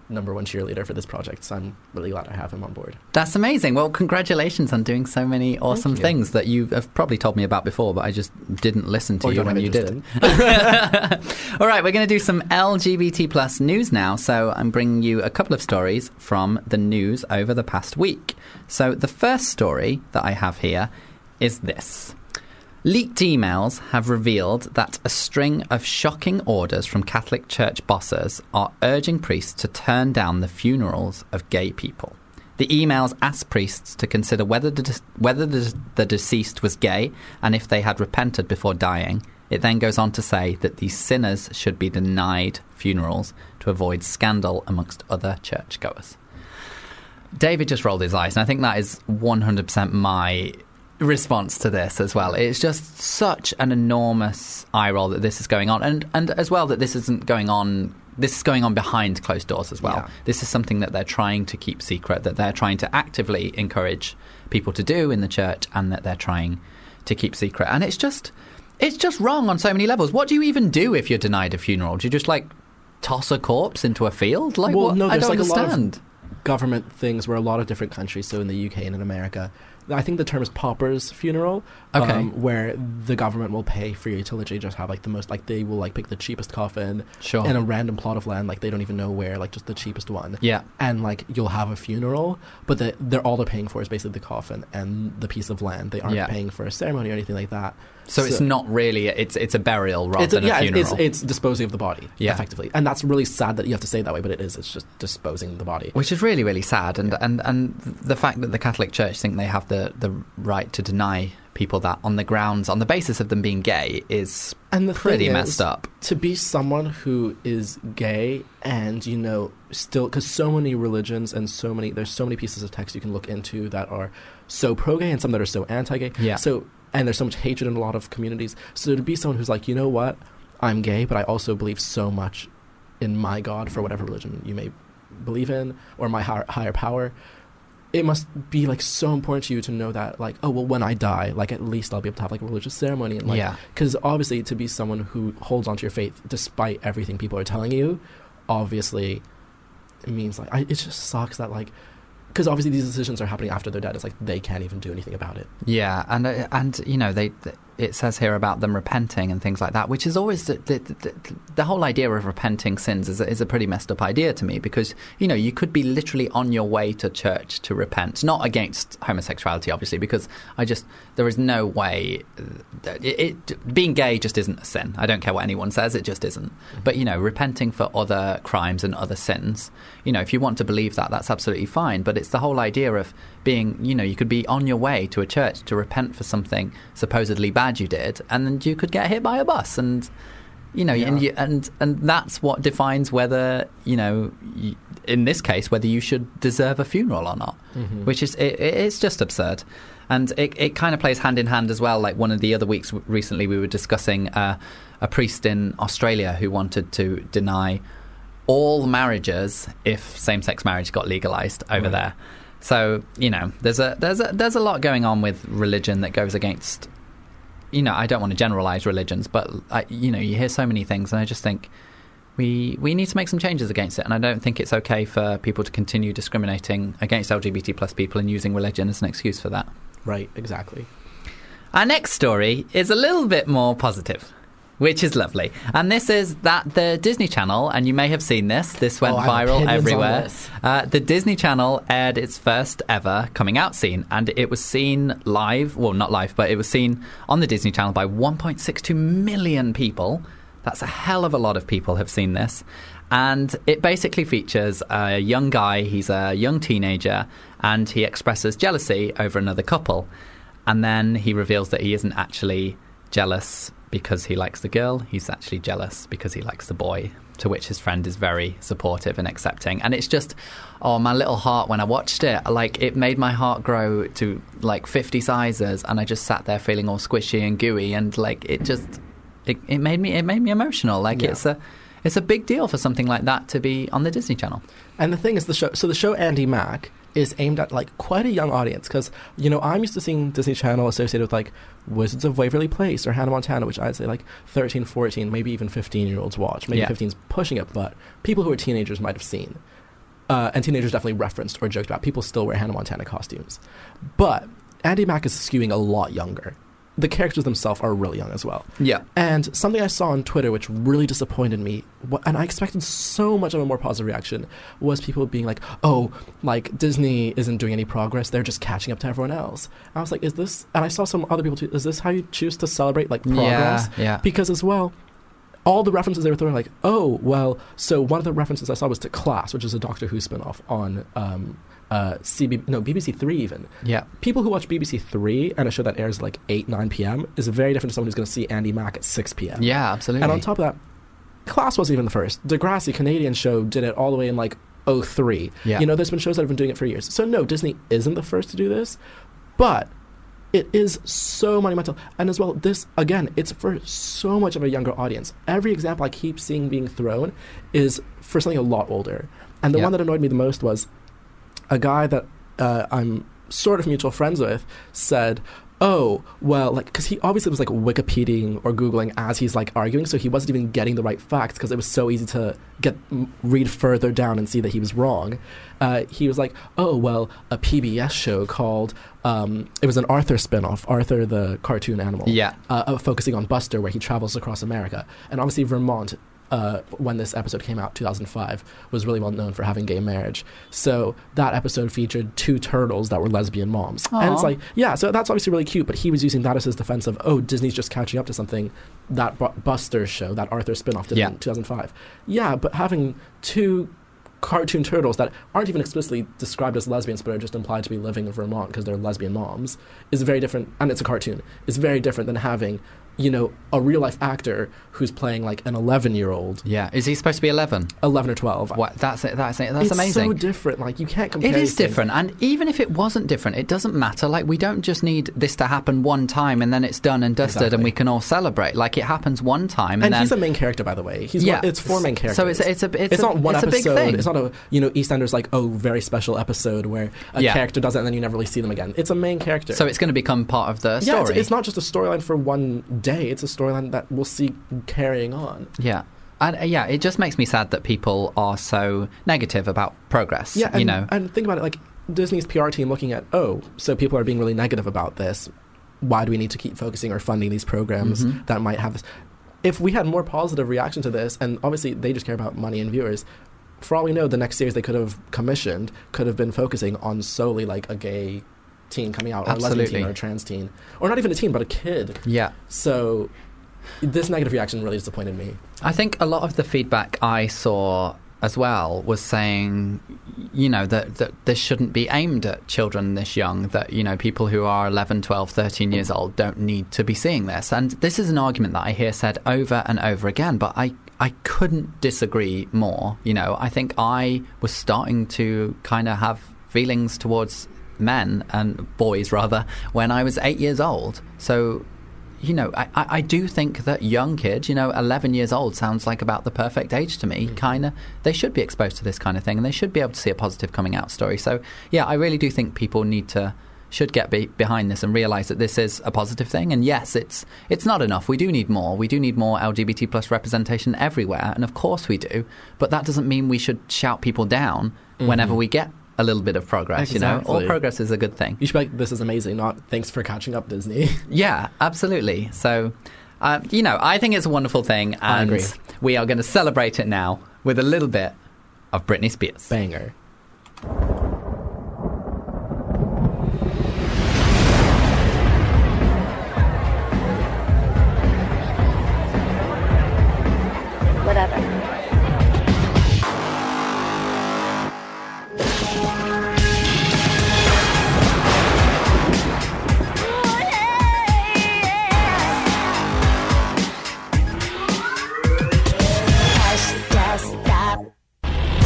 S4: number one cheerleader for this project, so I'm really glad I have him on board.
S1: That's amazing. Well, congratulations on doing so many awesome
S4: you.
S1: things that you have probably told me about before, but I just didn't listen to
S4: Or
S1: you
S4: don't
S1: when
S4: have
S1: you
S4: interest
S1: did. All right, we're going to do some LGBT plus news now. So I'm bringing you a couple of stories from the news over the past week. So the first story that I have here is this. Leaked emails have revealed that a string of shocking orders from Catholic Church bosses are urging priests to turn down the funerals of gay people. The emails ask priests to consider whether the, de- whether the, the deceased was gay and if they had repented before dying. It then goes on to say that these sinners should be denied funerals to avoid scandal amongst other churchgoers. David just rolled his eyes, and I think that is 100% my response to this as well. It's just such an enormous eye roll that this is going on, and and as well that this isn't going on. This is going on behind closed doors as well.
S4: Yeah.
S1: This is something that they're trying to keep secret, that they're trying to actively encourage people to do in the church, and that they're trying to keep secret. And it's just, it's just wrong on so many levels. What do you even do if you're denied a funeral? Do you just like toss a corpse into a field? Like,
S4: Well,
S1: what?
S4: no,
S1: I
S4: there's
S1: don't
S4: like a lot of-
S1: understand.
S4: government things where a lot of different countries, so in the UK and in America, I think the term is pauper's funeral, um,
S1: Okay.
S4: where the government will pay for you to literally just have like the most, like they will like pick the cheapest coffin
S1: Sure.
S4: in a random plot of land, like they don't even know where, like just the cheapest one.
S1: Yeah.
S4: And like you'll have a funeral, but the, they're all they're paying for is basically the coffin and the piece of land. They aren't
S1: Yeah.
S4: paying for a ceremony or anything like that.
S1: So, it's not really it's it's a burial rather
S4: It's
S1: than a
S4: yeah,
S1: funeral.
S4: it's, it's disposing of the body,
S1: Yeah.
S4: effectively, and that's really sad that you have to say it that way, but it is. It's just disposing of the body.
S1: which is really really sad, and, and and the fact that the Catholic Church think they have the the right to deny people that on the grounds on the basis of them being gay is
S4: And the
S1: pretty
S4: thing is,
S1: messed up.
S4: to be someone who is gay and you know still because so many religions and so many there's so many pieces of text you can look into that are so pro-gay and some that are so anti-gay
S1: Yeah.
S4: so and there's so much hatred in a lot of communities so to be someone who's like you know what i'm gay but i also believe so much in my god for whatever religion you may believe in or my higher, higher power it must be like so important to you to know that like oh well when i die like at least i'll be able to have like a religious ceremony and like
S1: yeah,
S4: because obviously, to be someone who holds onto your faith despite everything people are telling you, obviously, it means like I, it just sucks that like because obviously these decisions are happening after they're dead. It's like they can't even do anything about it.
S1: yeah, and uh, and you know they it says here about them repenting and things like that, which is always the the, the, the whole idea of repenting sins is a, is a pretty messed up idea to me because you know you could be literally on your way to church to repent, not against homosexuality obviously, because I just there is no way that- it, it being gay just isn't a sin. I don't care what anyone says, it just isn't. But you know, repenting for other crimes and other sins, you know, if you want to believe that, that's absolutely fine. But it's the whole idea of being, you know, you could be on your way to a church to repent for something supposedly bad you did, and then you could get hit by a bus and. You know, and,
S4: Yeah.
S1: you, and and that's what defines whether you know, you, in this case, whether you should deserve a funeral or not which is it, it- it's just absurd and it, it kind of plays hand in hand as well like one of the other weeks w- recently we were discussing uh, a priest in australia who wanted to deny all marriages if same-sex marriage got legalized over
S4: Right.
S1: there so you know there's a there's a there's a lot going on with religion that goes against you know i don't want to generalize religions but I, you know you hear so many things and i just think we we need to make some changes against it, and I don't think it's okay for people to continue discriminating against LGBT plus people and using religion as an excuse for that.
S4: Right? Exactly.
S1: Our next story is a little bit more positive, which is lovely, and this is that the Disney Channel, and you may have seen this. This went
S4: Oh, I have
S1: viral
S4: opinions on
S1: everywhere.
S4: this.
S1: Uh, the Disney Channel aired its first ever coming out scene, and it was seen live. Well, not live, but it was seen on the Disney Channel by 1.62 million people. That's a hell of a lot of people have seen this. And it basically features a young guy, he's a young teenager, and he expresses jealousy over another couple. And then he reveals that he isn't actually jealous because he likes the girl, he's actually jealous because he likes the boy, to which his friend is very supportive and accepting. And it's just, oh, my little heart when I watched it, like it made my heart grow to like 50 sizes and I just sat there feeling all squishy and gooey and like it just, it, it made me, it made me emotional. Like
S4: Yeah.
S1: it's a, it's a big deal for something like that to be on the Disney Channel.
S4: And the thing is, the show. So the show Andy Mack is aimed at like quite a young audience because you know I'm used to seeing Disney Channel associated with like Wizards of Waverly Place or Hannah Montana, which I'd say like 13, 14, maybe even 15 year olds watch. Maybe
S1: Yeah.
S4: 15's pushing it, but people who are teenagers might have seen. Uh, and teenagers definitely referenced or joked about. People still wear Hannah Montana costumes, but Andy Mack is skewing a lot younger. The characters themselves are really young as well.
S1: Yeah.
S4: And something I saw on Twitter which really disappointed me, wh- and I expected so much of a more positive reaction, was people being like, oh, like Disney isn't doing any progress, they're just catching up to everyone else. I was like, is this, and I saw some other people too, is this how you choose to celebrate like progress?
S1: Yeah. Yeah.
S4: Because as well, all the references they were throwing, like, oh, well, so one of the references I saw was to Class, which is a Doctor Who spinoff on um, uh, CB, no, BBC Three even
S1: Yeah.
S4: people who watch BBC Three and a show that airs at like eight nine p.m. is very different to someone who's going to see Andy Mack at six p.m.
S1: Yeah. Absolutely.
S4: And on top of that, Class wasn't even the first. Degrassi, Canadian show, did it all the way in like 03.
S1: Yeah.
S4: You know, there's been shows that have been doing it for years. So no, Disney isn't the first to do this, but it is so monumental. And as well, this again, it's for so much of a younger audience. Every example I keep seeing being thrown is for something a lot older. And the
S1: Yeah.
S4: one that annoyed me the most was a guy that uh, I'm sort of mutual friends with said, "Oh, well, like, because he obviously was like Wikipediaing or Googling as he's like arguing, so he wasn't even getting the right facts because it was so easy to get m- read further down and see that he was wrong." Uh, he was like, "Oh, well, a PBS show called um, it was an Arthur spinoff, Arthur the cartoon animal,
S1: Yeah.
S4: uh, uh, focusing on Buster, where he travels across America, and obviously Vermont." Uh, when this episode came out, 2005, was really well known for having gay marriage. So that episode featured two turtles that were lesbian moms, and it's
S1: Aw.
S4: like, yeah, so that's obviously really cute. But he was using that as his defense of, oh, Disney's just catching up to something that Bu- Buster show, that Arthur spinoff did
S1: Yeah.
S4: in 2005. Yeah, but having two cartoon turtles that aren't even explicitly described as lesbians but are just implied to be living in Vermont because they're lesbian moms is very different and it's a cartoon. It's very different than having, you know, a real life actor who's playing like an 11-year-old,
S1: yeah. Is he supposed to be eleven?
S4: 11 or 12.
S1: What? That's it. That's it. That's
S4: it's
S1: amazing.
S4: so different. Like you can't compare
S1: It is
S4: these things.
S1: different, and even if it wasn't different, it doesn't matter. Like we don't just need this to happen one time and then it's done and dusted, and
S4: Exactly.
S1: we can all celebrate. Like it happens one time, and,
S4: And
S1: then
S4: he's a main character, by the way. He's
S1: Yeah.
S4: one, it's four main
S1: So it's-
S4: characters.
S1: it's a- it's
S4: it's
S1: a-
S4: not one
S1: it's a big
S4: episode.
S1: thing.
S4: It's not a you know EastEnders like oh very special episode where a
S1: Yeah.
S4: character does it and then you never really see them again. It's a main character.
S1: so it's going to become part of the
S4: yeah,
S1: story.
S4: it's, it's not just a storyline for one day. It's a storyline that we'll see carrying on.
S1: Yeah. And uh, yeah, it just makes me sad that people are so negative about progress.
S4: Yeah, and,
S1: you know.
S4: and think about it like Disney's PR team looking at oh so people are being really negative about this. Why do we need to keep focusing or funding these programs
S1: Mm-hmm.
S4: that might have this? If we had more positive reaction to this, and obviously they just care about money and viewers, for all we know, the next series they could have commissioned could have been focusing on solely like a gay teen coming out, or a lesbian
S1: Absolutely.
S4: teen, or a trans teen, or not even a teen, but a kid.
S1: yeah.
S4: So this negative reaction really disappointed me.
S1: I think a lot of the feedback I saw as well was saying, you know, that, that this shouldn't be aimed at children this young, that, you know, people who are 11, 12, 13 years old don't need to be seeing this. And this is an argument that I hear said over and over again, but I, I couldn't disagree more. You know, I think I was starting to kind of have feelings towards men and boys rather when I was eight years old. So you know, I, I I do think that young kids, you know, 11 years old sounds like about the perfect age to me. Kind of, they should be exposed to this kind of thing and they should be able to see a positive coming out story. So, yeah, I really do think people need to, should get be- behind this and realize that this is a positive thing. And yes, it's, it's not enough. We do need more. We do need more LGBT plus representation everywhere. And of course we do. But that doesn't mean we should shout people down whenever we get a little bit of progress, you know? All
S4: Exactly.
S1: progress is a good thing.
S4: You should be like, this is amazing. Not thanks for catching up, Disney.
S1: Yeah, absolutely. So, uh, you know, I think it's a wonderful thing,
S4: I
S1: and
S4: agree.
S1: we are going to celebrate it now with a little bit of Britney Spears.
S4: Banger.
S6: whatever.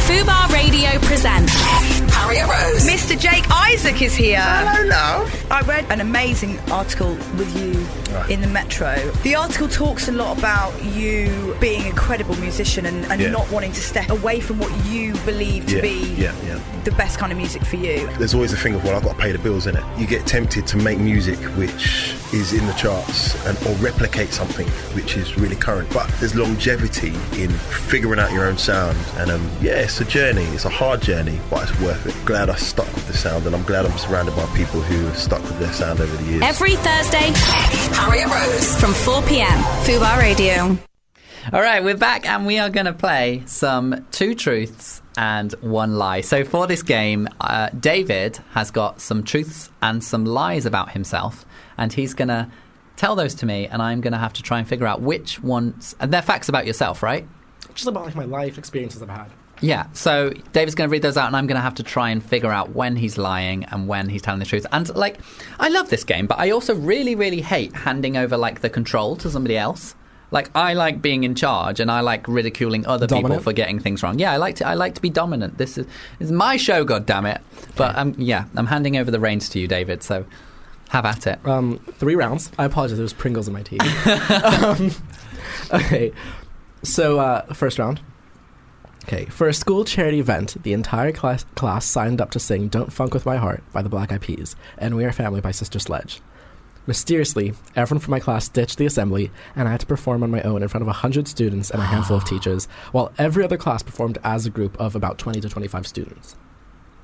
S7: Fubar Radio presents
S6: music is here.
S7: Hello, love.
S6: I read an amazing article with you in the Metro. The article talks a lot about you being a credible musician and, and
S7: Yeah.
S6: not wanting to step away from what you believe to
S7: Yeah,
S6: be
S7: yeah, yeah.
S6: the best kind of music for you.
S7: There's always a thing of, well, I've got to pay the bills, innit? You get tempted to make music which is in the charts and or replicate something which is really current. But there's longevity in figuring out your own sound. And um, yeah, it's a journey. It's a hard journey, but it's worth it. Glad I stuck with the sound, and I'm glad I'm surrounded by people who have stuck with their sound over the years.
S8: Every Thursday, Harriet Rose from 4 p.m. Fubar Radio.
S1: All right, we're back and we are going to play some two truths and one lie. So for this game, uh, David has got some truths and some lies about himself, and he's going to tell those to me, and I'm going to have to try and figure out which ones. And they're facts about yourself, right?
S4: Just about like my life experiences I've had.
S1: Yeah, so David's going to read those out, and I'm going to have to try and figure out when he's lying and when he's telling the truth. And, like, I love this game, but I also really, really hate handing over, like, the control to somebody else. Like, I like being in charge, and I like ridiculing other people
S4: Dominant?
S1: for getting things wrong. Yeah, I like to, I like to be dominant. This is, this is my show, God damn it! But, um, yeah, I'm handing over the reins to you, David, so have at it.
S4: Um, three rounds. I apologize. There was Pringles in my tea. um, okay, so uh, first round. Okay, for a school charity event, the entire class, class signed up to sing "Don't Funk with My Heart" by the Black Eyed Peas and "We Are Family" by Sister Sledge. Mysteriously, everyone from my class ditched the assembly, and I had to perform on my own in front of hundred students and a handful of teachers, while every other class performed as a group of about twenty to twenty-five students.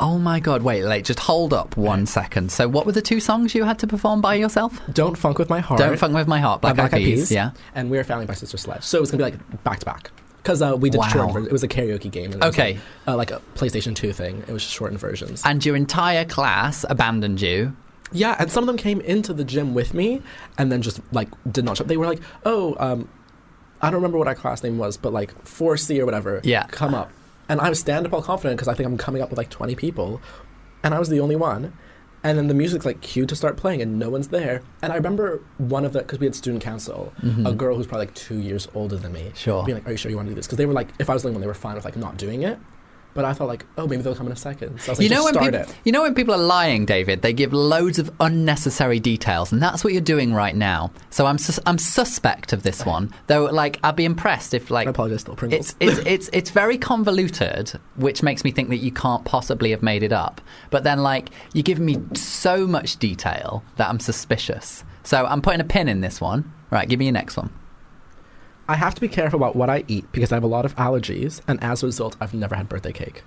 S1: Oh my God! Wait, like, just hold up one second. So, what were the two songs you had to perform by yourself?
S4: "Don't Funk with My Heart."
S1: Don't funk with my heart,
S4: by
S1: Uh, Black, Eyed Peas. Yeah.
S4: And we were Family by Sister Sledge. So it was going to be like back to back. Because uh, we did
S1: Wow.
S4: shortened versions. It was a karaoke game. and it was,
S1: Okay.
S4: like, uh, like a PlayStation 2 thing. It was just shortened versions.
S1: and your entire class abandoned you.
S4: yeah, and some of them came into the gym with me and then just like did not show up. They were like, oh, um, I don't remember what our class name was, but like 4C or whatever.
S1: Yeah.
S4: Come up. And I was stand up all confident because I think I'm coming up with like 20 people. And I was the only one. And then the music's like cue to start playing and no one's there. And I remember one of the, because we had student council, a girl who's probably like two years older than me.
S1: Mm-hmm. Sure.
S4: Being like, are you sure you want to do this? Because they were like, if I was the only one, they were fine with like not doing it. But I thought like, oh, maybe they'll come in a second. So I was like,
S1: you know
S4: just
S1: when
S4: start
S1: people,
S4: it.
S1: you know when people are lying, David. They give loads of unnecessary details, and that's what you're doing right now. So I'm sus- I'm suspect of this one, though. Like I'd be impressed if like
S4: I apologize, little Pringles.
S1: it's it's it's it's very convoluted, which makes me think that you can't possibly have made it up. But then like you give me so much detail that I'm suspicious. So I'm putting a pin in this one. Right, give me your next one.
S4: I have to be careful about what I eat because I have a lot of allergies, and as a result, I've never had birthday cake.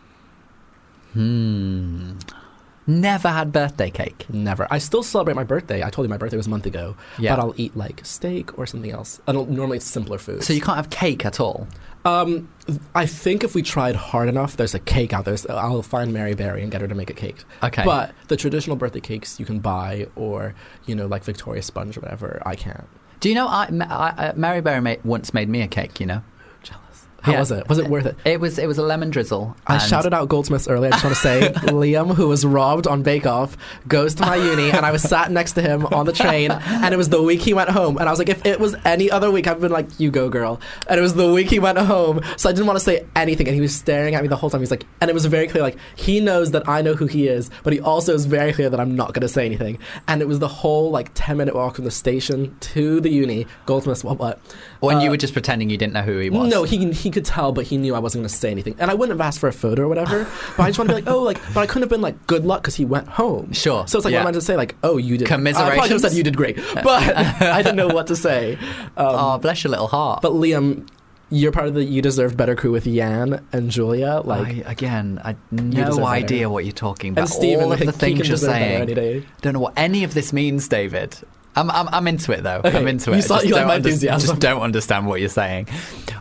S1: Never had birthday cake.
S4: Never. I still celebrate my birthday. I told you my birthday was a month ago,
S1: Yeah.
S4: but I'll eat like steak or something else. I don't, normally, it's simpler food.
S1: So you can't have cake at all.
S4: um, I think if we tried hard enough, there's a cake out there. So I'll find Mary Berry and get her to make a cake.
S1: Okay.
S4: But the traditional birthday cakes you can buy, or you know, like Victoria Sponge or whatever, I can't.
S1: Do you know I, Ma- I, I- Mary Berry ma- once made me a cake? You know,
S4: Jealous. How
S1: Yeah.
S4: was it? Was it worth it?
S1: it was it was a lemon drizzle.
S4: I
S1: and-
S4: shouted out Goldsmiths earlier. I just want to say Liam, who was robbed on Bake Off, goes to my uni, and I was sat next to him on the train, and it was the week he went home. And I was like, if it was any other week, I've been like, you go, girl. And it was the week he went home, so I didn't want to say anything. And he was staring at me the whole time. He's like, and it was very clear, like he knows that I know who he is, but he also is very clear that I'm not going to say anything. And it was the whole like ten minute walk from the station to the uni. Goldsmiths, what, what?
S1: when
S4: Uh,
S1: you were just pretending you didn't know who he was.
S4: no, um, he he could tell, but he knew I wasn't going to say anything, and I wouldn't have asked for a photo or whatever. but I just want to be like, oh, like, but I couldn't have been like, good luck, because he went home.
S1: Sure,
S4: So it's like,
S1: yeah.
S4: what am I to say? Like, oh, you did. I probably could have
S1: Commiserations?
S4: said you did great, but I didn't know what to say. Um,
S1: oh, bless your little heart.
S4: but Liam, you're part of the you deserve better crew with Yan and Julia, like.
S1: I, again, I
S4: deserve
S1: no
S4: better.
S1: idea what you're talking about.
S4: and Steven,
S1: All of
S4: like,
S1: the
S4: he
S1: things
S4: can
S1: you're
S4: deserve better any
S1: saying.
S4: day.
S1: Don't know what any of this means, David. I'm, I'm, I'm into it though. I'm into it.
S4: you saw-
S1: just,
S4: you like
S1: don't
S4: my
S1: under-
S4: enthusiasm.
S1: just don't understand what you're saying.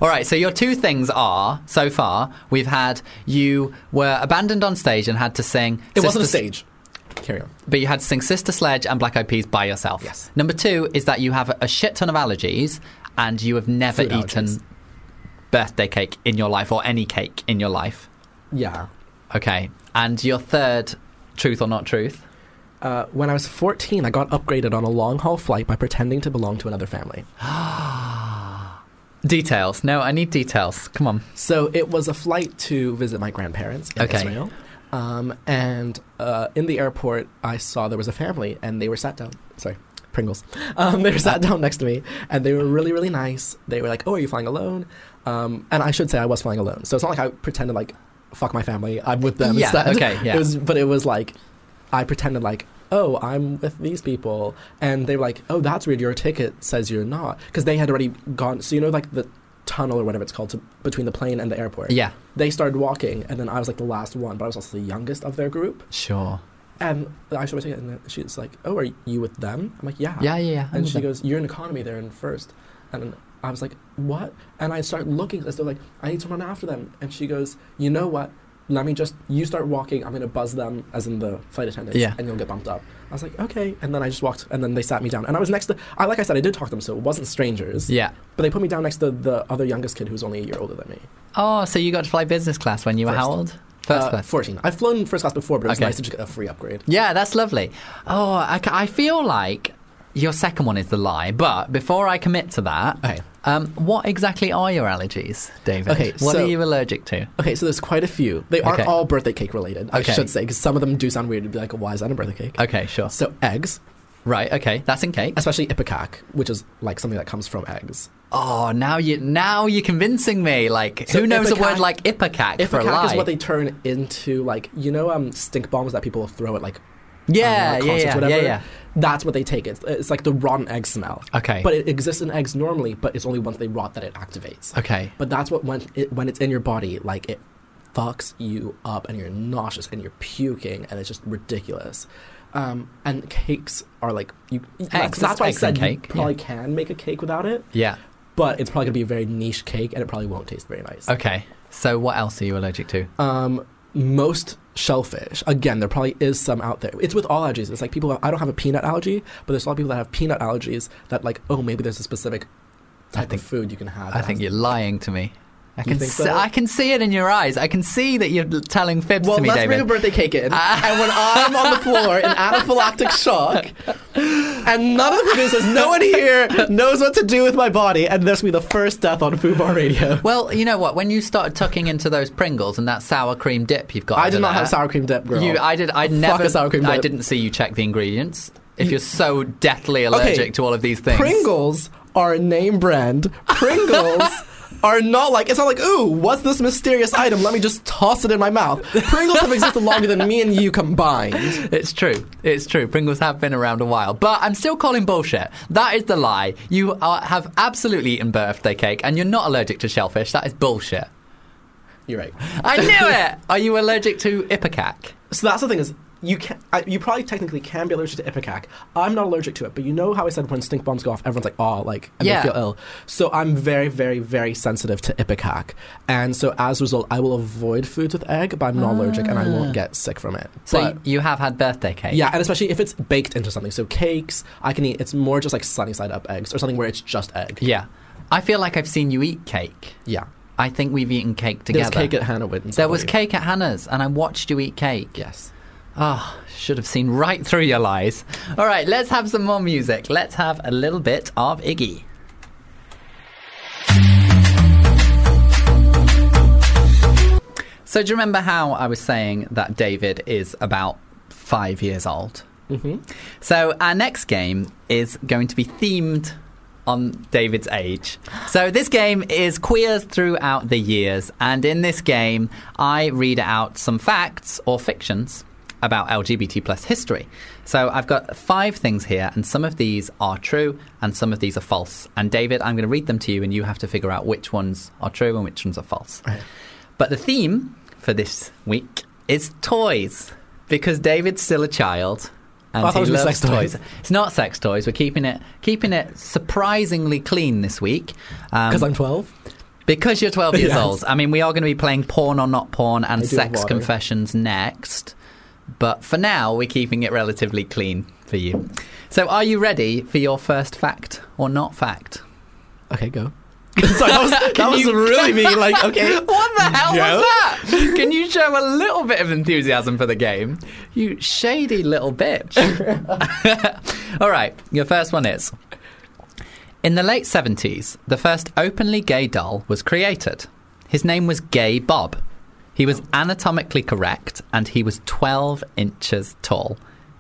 S1: All right, so your two things are so far we've had you were abandoned on stage and had to sing.
S4: It wasn't a
S1: Sisters-
S4: stage. Carry on.
S1: But you had to sing Sister Sledge and Black Eyed Peas by yourself.
S4: Yes.
S1: Number two is that you have a shit ton of allergies and you have never
S4: Food
S1: eaten
S4: allergies.
S1: birthday cake in your life or any cake in your life.
S4: Yeah.
S1: Okay. And your third truth or not truth.
S4: Uh, when I was 14, I got upgraded on a long haul flight by pretending to belong to another family.
S1: Details. No, I need details. Come on.
S4: So it was a flight to visit my grandparents in
S1: Okay.
S4: Israel. Um, and uh, in the airport, I saw there was a family, and they were sat down. Sorry, Pringles. Um, they were sat down next to me, and they were really, really nice. They were like, "Oh, are you flying alone?" Um, and I should say I was flying alone, so it's not like I pretended like fuck my family. I'm with them.
S1: Yeah,
S4: instead.
S1: okay, yeah.
S4: It was, but it was like I pretended like. Oh, I'm with these people, and they were like, "Oh, that's weird. Your ticket says you're not," because they had already gone. So you know, like the tunnel or whatever it's called to, between the plane and the airport
S1: Yeah,
S4: they started walking, and then I was like the last one, but I was also the youngest of their group.
S1: sure.
S4: And I showed my ticket, and she's like, "Oh, are you with them?" I'm like, "Yeah."
S1: Yeah, yeah, yeah. I'm
S4: And
S1: with
S4: she
S1: them.
S4: goes, "You're in economy, they're in first. And I was like, "What?" And I start looking as though like I need to run after them, and she goes, "You know what? Let me just you start walking. I'm gonna buzz them, as in the flight attendants,
S1: Yeah.
S4: and you'll get bumped up." I was like, "Okay," and then I just walked, and then they sat me down, and I was next to. I like I said, I did talk to them, so it wasn't strangers.
S1: Yeah.
S4: But they put me down next to the other youngest kid who was only a year older than me.
S1: Oh, so you got to fly business class when you were how
S4: First.
S1: old? First
S4: Uh,
S1: class.
S4: 14. I've flown first class before, but it was
S1: Okay.
S4: nice to just get a free upgrade.
S1: Yeah, that's lovely. Oh, I, ca- I feel like your second one is the lie. But before I commit to that,
S4: Okay.
S1: um, what exactly are your allergies, David?
S4: Okay,
S1: what
S4: so-
S1: are you allergic to?
S4: Okay, so there's quite a few. They aren't
S1: Okay.
S4: all birthday cake related, I
S1: Okay.
S4: should say, because some of them do sound weird. You'd be like, why is that a birthday cake?
S1: Okay, sure.
S4: So eggs,
S1: Right, okay, that's in cake.
S4: especially ipecac, which is like something that comes from eggs.
S1: Oh, now you now you're convincing me. Like,
S4: So
S1: who knows a word
S4: ipecac-
S1: like ipecac, for a
S4: Ipecac
S1: lie?
S4: is what they turn into, like, you know, um, stink bombs that people throw at, like,
S1: yeah,
S4: uh,
S1: yeah,
S4: concerts,
S1: yeah,
S4: whatever.
S1: yeah, yeah.
S4: That's what they take. It's, it's like the rotten egg smell.
S1: Okay.
S4: But it exists in eggs normally, but it's only once they rot that it activates.
S1: Okay.
S4: But that's what when it, when it's in your body, like it fucks you up, and you're nauseous, and you're puking, and it's just ridiculous. Um, and cakes are like you.
S1: Eggs
S4: That's,
S1: is-
S4: that's why I
S1: eggs and
S4: said you
S1: cake,
S4: probably can make a cake without it,
S1: Yeah.
S4: but it's probably gonna be a very niche cake, and it probably won't taste very nice.
S1: Okay. So what else are you allergic to?
S4: Um, most shellfish. Again, there probably is some out there. It's with all allergies. It's like people. I don't have a peanut allergy, but there's a lot of people that have peanut allergies. That like, oh, maybe there's a specific
S1: I
S4: type
S1: think-
S4: of food you can have.
S1: I
S4: that
S1: think
S4: has-
S1: you're lying to me. I
S4: You
S1: can
S4: think
S1: see,
S4: so?
S1: I can see it in your eyes. I can see that you're telling fibs
S4: Well,
S1: to me,
S4: let's
S1: David.
S4: bring a birthday cake in. and when I'm on the floor in anaphylactic shock, and none of the producers, no one here knows what to do with my body, and this will be the first death on Foo Bar Radio.
S1: Well, you know what? When you started tucking into those Pringles and that sour cream dip you've got,
S4: I
S1: over
S4: did not
S1: there,
S4: have sour cream dip, girl.
S1: You, I did. I never.
S4: a sour cream
S1: I
S4: dip.
S1: didn't see you check the ingredients. If you're so deathly allergic to all of these things,
S4: Pringles are a name brand. Pringles are not like it's not like ooh, what's this mysterious item? Let me just toss it in my mouth. Pringles have existed longer than me and you combined.
S1: It's true. It's true. Pringles have been around a while, but I'm still calling bullshit. That is the lie. You are, have absolutely eaten birthday cake, and you're not allergic to shellfish. That is bullshit.
S4: You're right.
S1: I knew it. Are you allergic to ipecac?
S4: So that's the thing is you can I, you probably technically can be allergic to ipecac. I'm not allergic to it, but you know how I said when stink bombs go off, everyone's like, oh, like and
S1: Yeah.
S4: they feel ill. So I'm very, very, very sensitive to ipecac, and so as a result, I will avoid foods with egg, but I'm not allergic, and I won't get sick from it.
S1: Ah. So
S4: But-
S1: you have had birthday cake.
S4: yeah, and especially if it's baked into something. So cakes, I can eat. It's more just like sunny side up eggs or something where it's just egg.
S1: Yeah. I feel like I've seen you eat cake.
S4: Yeah.
S1: I think we've eaten cake
S4: There's
S1: together.
S4: cake at Hannah Witten's.
S1: There was cake at Hannah's, and I watched you eat cake.
S4: Yes.
S1: Ah, should have seen right through your lies. All right, let's have some more music. Let's have a little bit of Iggy. So, do you remember how I was saying that David is about five years old? Mm-hmm. So, our next game is going to be themed on David's age. So, this game is Queers Throughout the Years. And in this game, I read out some facts or fictions about LGBT plus history. So, I've got five things here, and some of these are true and some of these are false. And, David, I'm going to read them to you, and you have to figure out which ones are true and which ones are false. But the theme for this week is toys, because David's still a child and
S4: Oh, I thought
S1: he
S4: it was
S1: loves
S4: sex toys.
S1: It's not sex toys. We're keeping it keeping it surprisingly clean this week um,
S4: Because I'm 12.
S1: because you're 12 years
S4: Yes.
S1: old. I mean, we are going to be playing porn or not porn and
S4: I do have
S1: sex
S4: water.
S1: confessions next, but for now we're keeping it relatively clean for you. So, are you ready for your first fact or not fact?
S4: Okay, go. Sorry, that was, that was really me. Like, okay.
S1: What the hell
S4: Yeah.
S1: was that? Can you show a little bit of enthusiasm for the game? You shady little bitch. All right, your first one is. In the late 70s, the first openly gay doll was created. His name was Gay Bob. He was anatomically correct and he was 12 inches tall.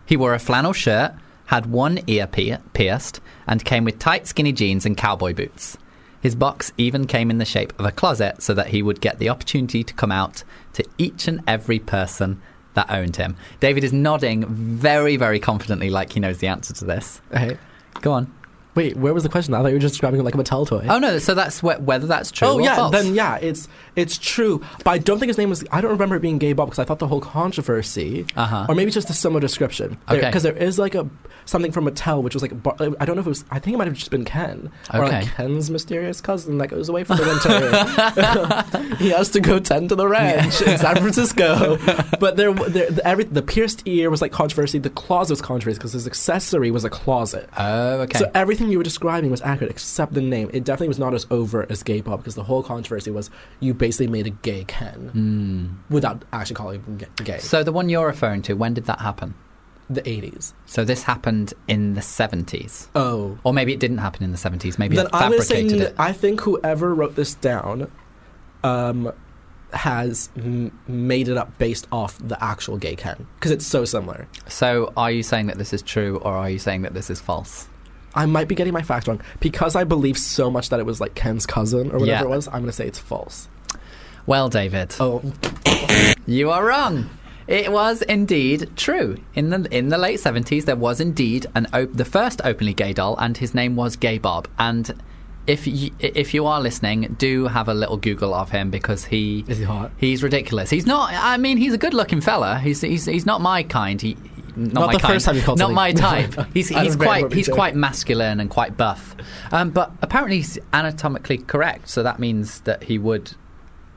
S1: He wore a flannel shirt, had one ear pier- pierced, and came with tight skinny jeans and cowboy boots. His box even came in the shape of a closet so that he would get the opportunity to come out to each and every person that owned him. David is nodding very, very confidently like he knows the answer to this.
S4: Hey,
S1: Go on.
S4: wait, where was the question? I thought you were just describing it like a Mattel toy.
S1: Oh, no, so that's wh- whether that's true
S4: Oh
S1: or
S4: yeah,
S1: false.
S4: then yeah, it's it's true. But I don't think his name was. I don't remember it being Gay Bob because I thought the whole controversy,
S1: Uh-huh.
S4: or maybe just a similar description.
S1: Okay.
S4: because there is like a something from Mattel, which was like bar, I don't know if it was. I think it might have just been Ken, or like
S1: Okay.
S4: Ken's mysterious cousin that goes away for the winter. he has to go tend to the ranch in San Francisco. but there, there the, every, the pierced ear was like controversy. The closet was controversy because his accessory was a closet.
S1: Oh, okay.
S4: So everything you were describing was accurate except the name. It definitely was not as overt as gay pop because the whole controversy was you basically made a gay Ken without actually calling him ga- gay.
S1: Hmm. So the one you're referring to, when did that happen?
S4: the 80s.
S1: So this happened in the 70s.
S4: Oh.
S1: Or maybe it didn't happen in the 70s. Maybe
S4: Then
S1: it
S4: I'm going to say
S1: fabricated
S4: n-
S1: it.
S4: I think whoever wrote this down um, has m- made it up based off the actual gay Ken because it's so similar.
S1: So are you saying that this is true or are you saying that this is false?
S4: I might be getting my facts wrong because I believe so much that it was like Ken's cousin or whatever
S1: Yeah.
S4: it was. I'm going to say it's false.
S1: Well, David,
S4: Oh,
S1: you are wrong. It was indeed true. In the in the late 70s there was indeed an op- the first openly gay doll and his name was Gay Bob and if you, if you are listening, do have a little Google of him because he
S4: Is he hot?
S1: He's ridiculous. He's not. I mean, he's a good-looking fella. He's he's, he's not my kind. He not,
S4: Not
S1: my
S4: the
S1: kind.
S4: first time you called
S1: Not my
S4: somebody-
S1: type. He's
S4: I
S1: he's
S4: remember
S1: quite he's
S4: joking.
S1: quite masculine and quite buff. Um, but apparently he's anatomically correct, so that means that he would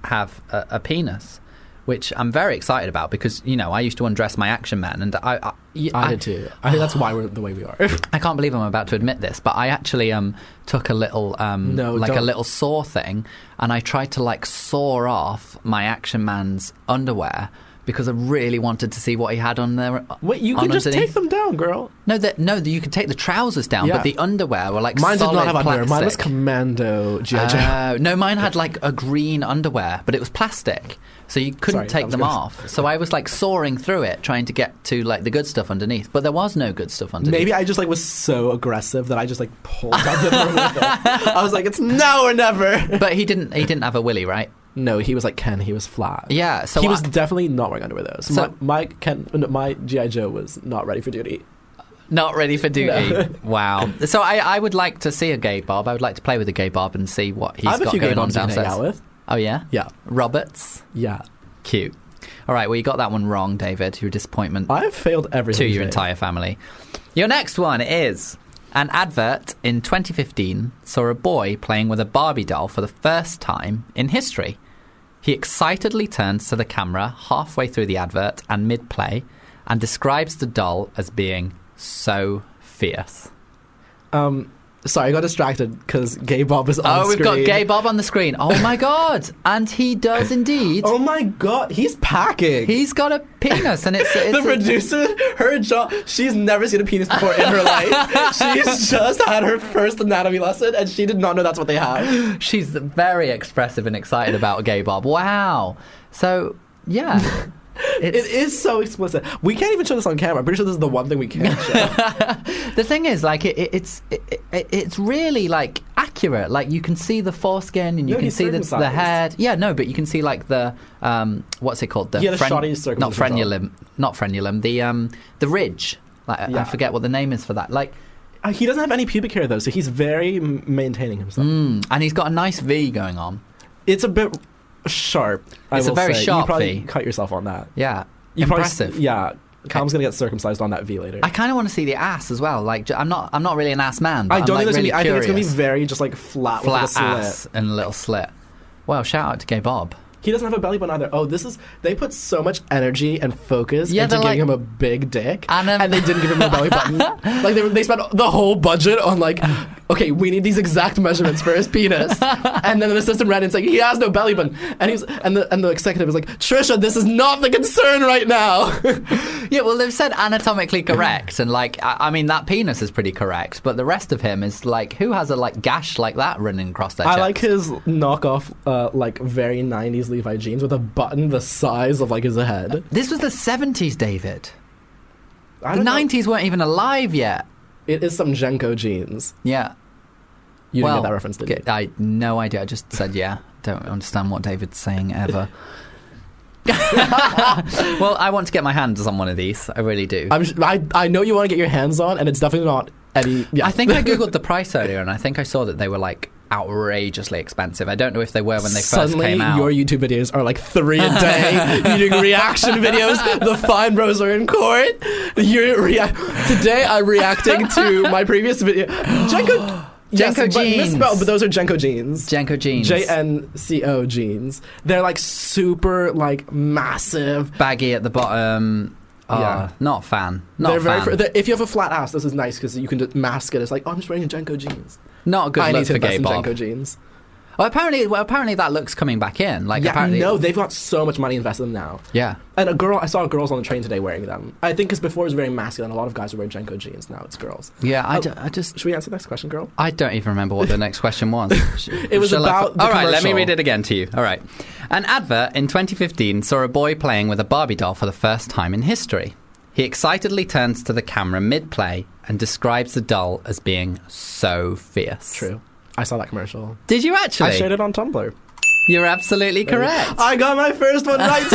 S1: have a, a penis, which I'm very excited about because you know I used to undress my action man, and I I, y-
S4: I
S1: I-
S4: did too. I think that's why we're the way we are.
S1: I can't believe I'm about to admit this, but I actually um took a little um
S4: No,
S1: like a
S4: don't.
S1: little saw thing, and I tried to like saw off my Action Man's underwear. Because I really wanted to see what he had on there. uh,
S4: Wait, you
S1: on
S4: can just
S1: underneath.
S4: take them down, girl.
S1: No, that no, that you could take the trousers down,
S4: Yeah.
S1: but the underwear were like
S4: Mine did
S1: solid
S4: not have underwear. Mine was
S1: plastic.
S4: commando GI Joe.
S1: Oh, no, mine had like a green underwear, but it was plastic, so you couldn't
S4: Sorry, that
S1: take
S4: was
S1: them
S4: good.
S1: off. So I was like sawing through it, trying to get to like the good stuff underneath, but there was no good stuff underneath.
S4: Maybe I just like was so aggressive that I just like pulled down the room with it. I was like, it's now or never.
S1: but he didn't. He didn't have a willy, right?
S4: No, he was like Ken. He was flat.
S1: Yeah, so
S4: he was
S1: I-
S4: definitely not wearing underwear though. So,
S1: So-
S4: my, my Ken, no, my GI Joe was not ready for duty.
S1: Not ready for duty. wow. So I, I would like to see a gay Bob. I would like to play with a gay Bob and see what he's
S4: I have a
S1: got
S4: few gay
S1: going on
S4: moms I can hang
S1: downstairs.
S4: out with.
S1: Oh yeah.
S4: Yeah,
S1: Roberts.
S4: yeah.
S1: Cute. All right. Well, you got that one wrong, David. Your disappointment
S4: I've failed everything
S1: to your
S4: today.
S1: entire family. Your next one is an advert in 2015 saw a boy playing with a Barbie doll for the first time in history. He excitedly turns to the camera halfway through the advert and mid play and describes the doll as being so fierce.
S4: Um, sorry, I got distracted because Gay Bob is on.
S1: Oh, we've got
S4: screen.
S1: Gay Bob on the screen. Oh my God. And he does indeed.
S4: Oh my god, he's packing.
S1: He's got a penis and it's. it's
S4: the producer, her job, she's never seen a penis before in her life. She's just had her first anatomy lesson and she did not know that's what they have.
S1: She's very expressive and excited about Gay Bob. Wow. So, yeah.
S4: It is so explicit. We can't even show this on camera. I'm pretty sure this is the one thing we can't show.
S1: the thing is, like, it, it, it's it, it, it's really like accurate. Like, you can see the foreskin and you
S4: No,
S1: can
S4: he's
S1: see the, the
S4: circumcised.
S1: head. Yeah, no, but you can see like the um, what's it called? The
S4: Yeah, the
S1: fren-
S4: shoddy circumcision
S1: not
S4: as well.
S1: frenulum, not frenulum. The um, the ridge. Like, I- I
S4: Yeah.
S1: forget what the name is for that. Like,
S4: Uh, he doesn't have any pubic hair though, so he's very m- maintaining himself.
S1: and he's got a nice V going on.
S4: It's a bit sharp. I
S1: It's a
S4: will
S1: very
S4: say.
S1: sharp
S4: You probably
S1: V.
S4: cut yourself on that.
S1: Yeah,
S4: You probably s-
S1: impressive.
S4: yeah. Calm's gonna get circumcised on that V later.
S1: I kind of want to see the ass as well. Like, j- I'm not I'm not really an ass man. But
S4: I don't
S1: am like,
S4: think there's
S1: really
S4: gonna be. I think it's gonna be
S1: curious.
S4: very just like
S1: flat
S4: flat, with like a slit.
S1: ass and a little slit. Well, shout out to Gay Bob.
S4: He doesn't have a belly button either. Oh, this is they put so much energy and focus
S1: Yeah,
S4: into
S1: they're
S4: giving
S1: like-
S4: him a big dick,
S1: And, um,
S4: they didn't give him a belly button. like they, they spent the whole budget on like okay, we need these exact measurements for his penis. and then the assistant ran in saying, he has no belly button. And he's and the and the executive was like, Trisha, this is not the concern right now.
S1: Yeah, well, they've said anatomically correct, and like, I, I mean, that penis is pretty correct, but the rest of him is like, who has a like gash like that running across their
S4: I
S1: chest?
S4: like his knockoff, uh, like very '90s Levi jeans with a button the size of like his head.
S1: This was the 70s, David.
S4: I
S1: The
S4: don't know.
S1: 90s weren't even alive yet.
S4: It is some Jenko jeans.
S1: Yeah.
S4: You
S1: well,
S4: didn't get that reference, did you?
S1: get- I no idea. I just said yeah. Don't understand what David's saying ever. well, I want to get my hands on one of these. I really do.
S4: I'm, sh- I I know you want to get your hands on, and it's definitely not any. Yeah,
S1: I think I googled the price earlier, and I think I saw that they were like outrageously expensive. I don't know if they were when they
S4: Suddenly,
S1: first came out.
S4: your YouTube videos are like three a day. You're doing reaction videos. The fine bros are in court. You're rea- today. I'm reacting to my previous video. Jenko, yes,
S1: Jenko
S4: but
S1: jeans.
S4: misspelled, but those are Jenko jeans.
S1: Jenko jeans,
S4: J N C O jeans. They're like super, like massive.
S1: baggy at the bottom. Oh,
S4: Yeah.
S1: not a fan. Not
S4: they're
S1: a fan.
S4: very. Fr- if you have a flat ass, this is nice because you can just mask it. It's like, oh, I'm just wearing Jenko jeans.
S1: not a good
S4: I
S1: look
S4: need to
S1: for
S4: invest
S1: gay
S4: in
S1: Bob.
S4: Jenko jeans.
S1: Oh, apparently, well, apparently that look's coming back in. Like
S4: Yeah,
S1: apparently,
S4: no, they've got so much money invested in them now.
S1: yeah.
S4: And a girl, I saw girls on the train today wearing them. I think because before it was very masculine. A lot of guys were wearing Jenko jeans. Now it's girls.
S1: Yeah, I,
S4: Oh.
S1: ju- I just
S4: Should we answer the next question, girl?
S1: I don't even remember what the next question was. it
S4: was about the
S1: All right, let me
S4: commercial.
S1: read it again to you. All right. An advert in 2015 saw a boy playing with a Barbie doll for the first time in history. He excitedly turns to the camera mid play and describes the doll as being so fierce.
S4: True. I saw that commercial.
S1: Did you actually?
S4: I shared it on Tumblr.
S1: You're absolutely correct.
S4: I got my first one right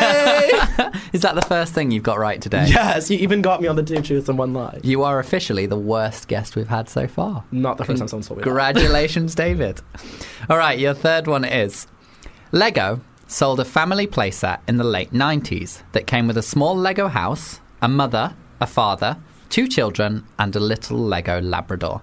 S4: today.
S1: Is that the first thing you've got right today?
S4: yes, you even got me on the two truths and one lie.
S1: You are officially the worst guest we've had so far.
S4: Not the first time someone's told me that.
S1: Congratulations, David. All right, your third one is Lego sold a family playset in the late 90s that came with a small Lego house, a mother, a father, two children, and a little Lego Labrador.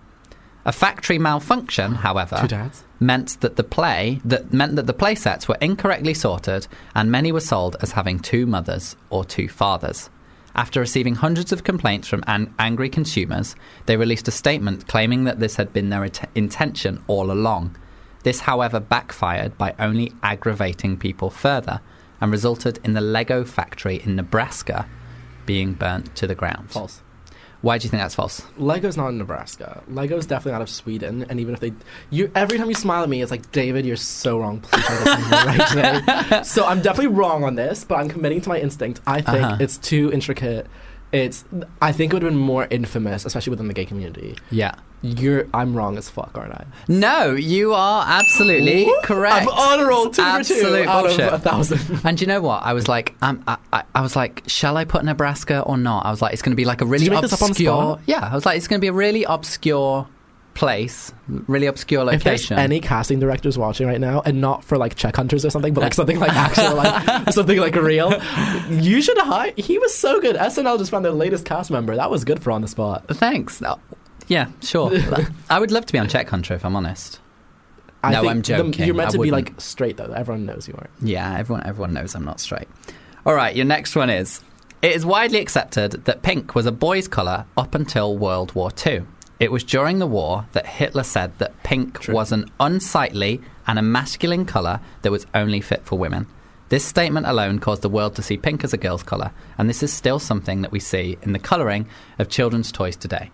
S1: A factory malfunction, however,
S4: Two dads?
S1: meant that the play that meant that the playsets were incorrectly sorted and many were sold as having two mothers or two fathers. After receiving hundreds of complaints from an- angry consumers, they released a statement claiming that this had been their int- intention all along. This, however, backfired by only aggravating people further and resulted in the Lego factory in Nebraska being burnt to the ground.
S4: False.
S1: Why do you think that's false?
S4: Lego's not in Nebraska. Lego's definitely out of Sweden. And even if they, you every time you smile at me, it's like David, you're so wrong. Please try this one right today. So I'm definitely wrong on this, but I'm committing to my instinct. I think
S1: Uh-huh.
S4: it's too intricate. It's. I think it would have been more infamous, especially within the gay community.
S1: Yeah.
S4: You're. I'm wrong as fuck, aren't I?
S1: No, you are absolutely correct.
S4: I'm on a roll. Two for
S1: Absolute
S4: two out
S1: bullshit.
S4: of a thousand.
S1: And do you know what? I was like, um, I, I, I was like, shall I put Nebraska or not? I was like, it's going to be like a really
S4: you make this
S1: obscure.
S4: up on the spot?
S1: Yeah, I was like, it's going to be a really obscure place, really obscure
S4: If there's
S1: location.
S4: any casting directors watching right now, and not for like check hunters or something, but like something like actual, like something like real, you should hire. He was so good. SNL just found their latest cast member. That was good for on the spot.
S1: Thanks. No. Yeah, sure. I would love to be on Czech Hunter if I'm honest.
S4: I
S1: No,
S4: think
S1: I'm
S4: the-
S1: joking.
S4: you're meant
S1: I
S4: to
S1: wouldn't.
S4: be like straight though. Everyone knows you are.
S1: Yeah, everyone everyone knows I'm not straight. All right, your next one is It is widely accepted that pink was a boy's colour up until World War II. It was during the war that Hitler said that pink was an unsightly and a masculine colour that was only fit for women. This statement alone caused the world to see pink as a girl's colour, and this is still something that we see in the colouring of children's toys today.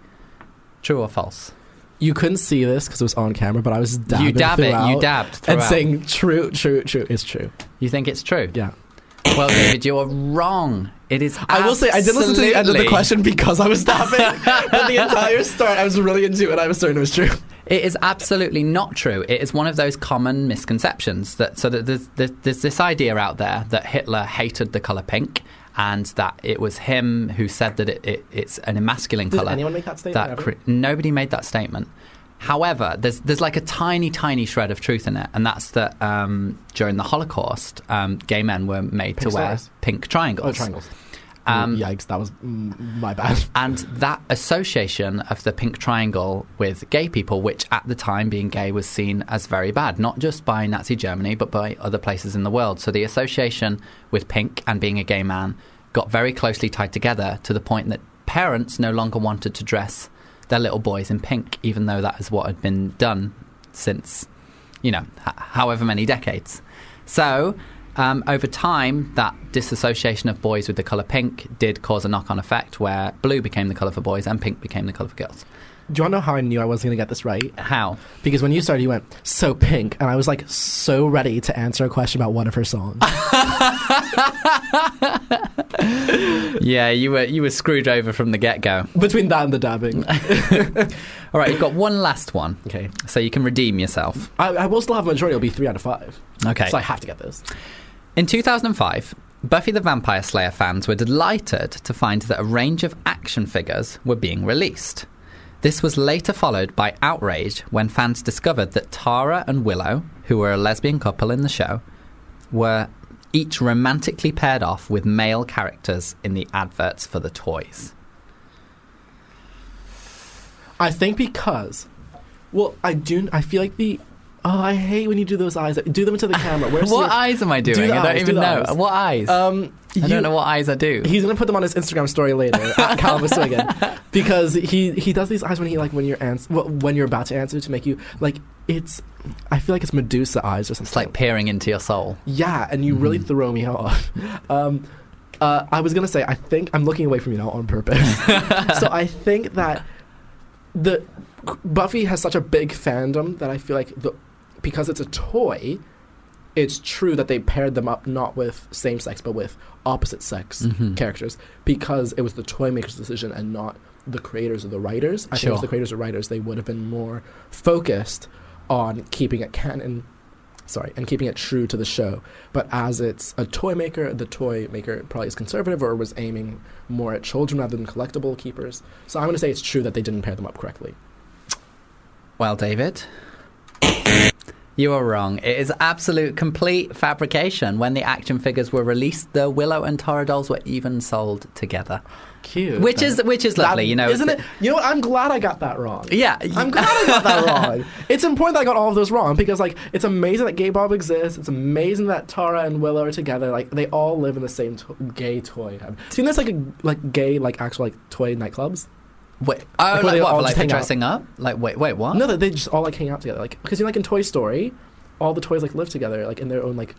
S1: True or false?
S4: You couldn't see this because it was on camera, but I was dabbing
S1: you dab it, you
S4: throughout
S1: dabbed
S4: and
S1: throughout.
S4: saying true, true, true is true.
S1: you think it's true?
S4: Yeah.
S1: Well, David, you're wrong. It is.
S4: I will say I did listen to the end of the
S1: absolutely-
S4: question because I was dabbing, but the entire start I was really into it. I was certain it was true.
S1: It is absolutely not true. It is one of those common misconceptions that so that there's, there's, there's this idea out there that Hitler hated the color pink and that it was him who said that it, it, it's an emasculine
S4: Did
S1: color.
S4: anyone make that statement
S1: That
S4: ever?
S1: cre- nobody made that statement. However, there's there's like a tiny tiny shred of truth in it, and that's that um, during the Holocaust, um, gay men were made to
S4: Pink
S1: wear
S4: stars.
S1: pink triangles.
S4: Oh, triangles.
S1: Um,
S4: Yikes! That was mm, my bad.
S1: And that association of the pink triangle with gay people, which at the time being gay was seen as very bad, not just by Nazi Germany, but by other places in the world. So the association with pink and being a gay man got very closely tied together to the point that parents no longer wanted to dress their little boys in pink, even though that is what had been done since, you know, h- however many decades. So, um, over time, that disassociation of boys with the colour pink did cause a knock on effect where blue became the colour for boys and pink became the colour for girls.
S4: Do you want to know how I knew I wasn't going to get this right?
S1: How?
S4: Because when you started, you went so pink, and I was like so ready to answer a question about one of her songs.
S1: Yeah, you were you were screwed over from the get go.
S4: Between that and the dabbing,
S1: All right, you've got one last one.
S4: Okay.
S1: So you can redeem yourself.
S4: I, I will still have a majority. It'll be three out of five.
S1: Okay.
S4: So I have to get this.
S1: In 2005, Buffy the Vampire Slayer fans were delighted to find that a range of action figures were being released. This was later followed by outrage when fans discovered that Tara and Willow, who were a lesbian couple in the show, were each romantically paired off with male characters in the adverts for the toys.
S4: I think because, well, I do. I feel like the. Oh, I hate when you do those eyes. Do them into the camera. Where's
S1: What
S4: your-
S1: eyes am I
S4: Do
S1: doing?
S4: the
S1: I don't
S4: eyes,
S1: even
S4: do the
S1: know.
S4: eyes.
S1: What eyes?
S4: Um,
S1: I
S4: you-
S1: don't know what eyes I do.
S4: He's gonna put them on his Instagram story later at Calvin Swiggan because he he does these eyes when he like when you're ans- well, when you're about to answer to make you like it's. I feel like it's Medusa eyes or something.
S1: It's like peering into your soul.
S4: yeah, and you really throw me off. Um, uh, I was gonna say I think I'm looking away from you now on purpose. so I think that the Buffy has such a big fandom that I feel like the because it's a toy. It's true that they paired them up not with same sex but with opposite sex characters because it was the toy maker's decision and not the creators or the writers. I think
S1: Sure.
S4: if the creators or writers, they would have been more focused on keeping it canon, sorry, and keeping it true to the show. But as it's a toy maker, the toy maker probably is conservative or was aiming more at children rather than collectible keepers. So I'm going to say it's true that they didn't pair them up correctly.
S1: Well, David, you are wrong. It is absolute complete fabrication. When the action figures were released, the Willow and Tara dolls were even sold together,
S4: Cute.
S1: which is which is lovely. you know,
S4: isn't it? You know what? I'm glad I got that wrong.
S1: Yeah,
S4: I'm glad I got that wrong. It's important that I got all of those wrong because, like, it's amazing that Gay Bob exists. It's amazing that Tara and Willow are together. Like, they all live in the same to- gay toy. hub. Seen there's like a like gay like actual like toy nightclubs.
S1: Wait, oh,
S4: Like,
S1: like
S4: they
S1: what?
S4: all
S1: for,
S4: just
S1: Like for
S4: hang out.
S1: dressing up? Like wait, wait, what?
S4: No, that they just all like hang out together. Like, because you know, like in Toy Story, all the toys like live together, like in their own like.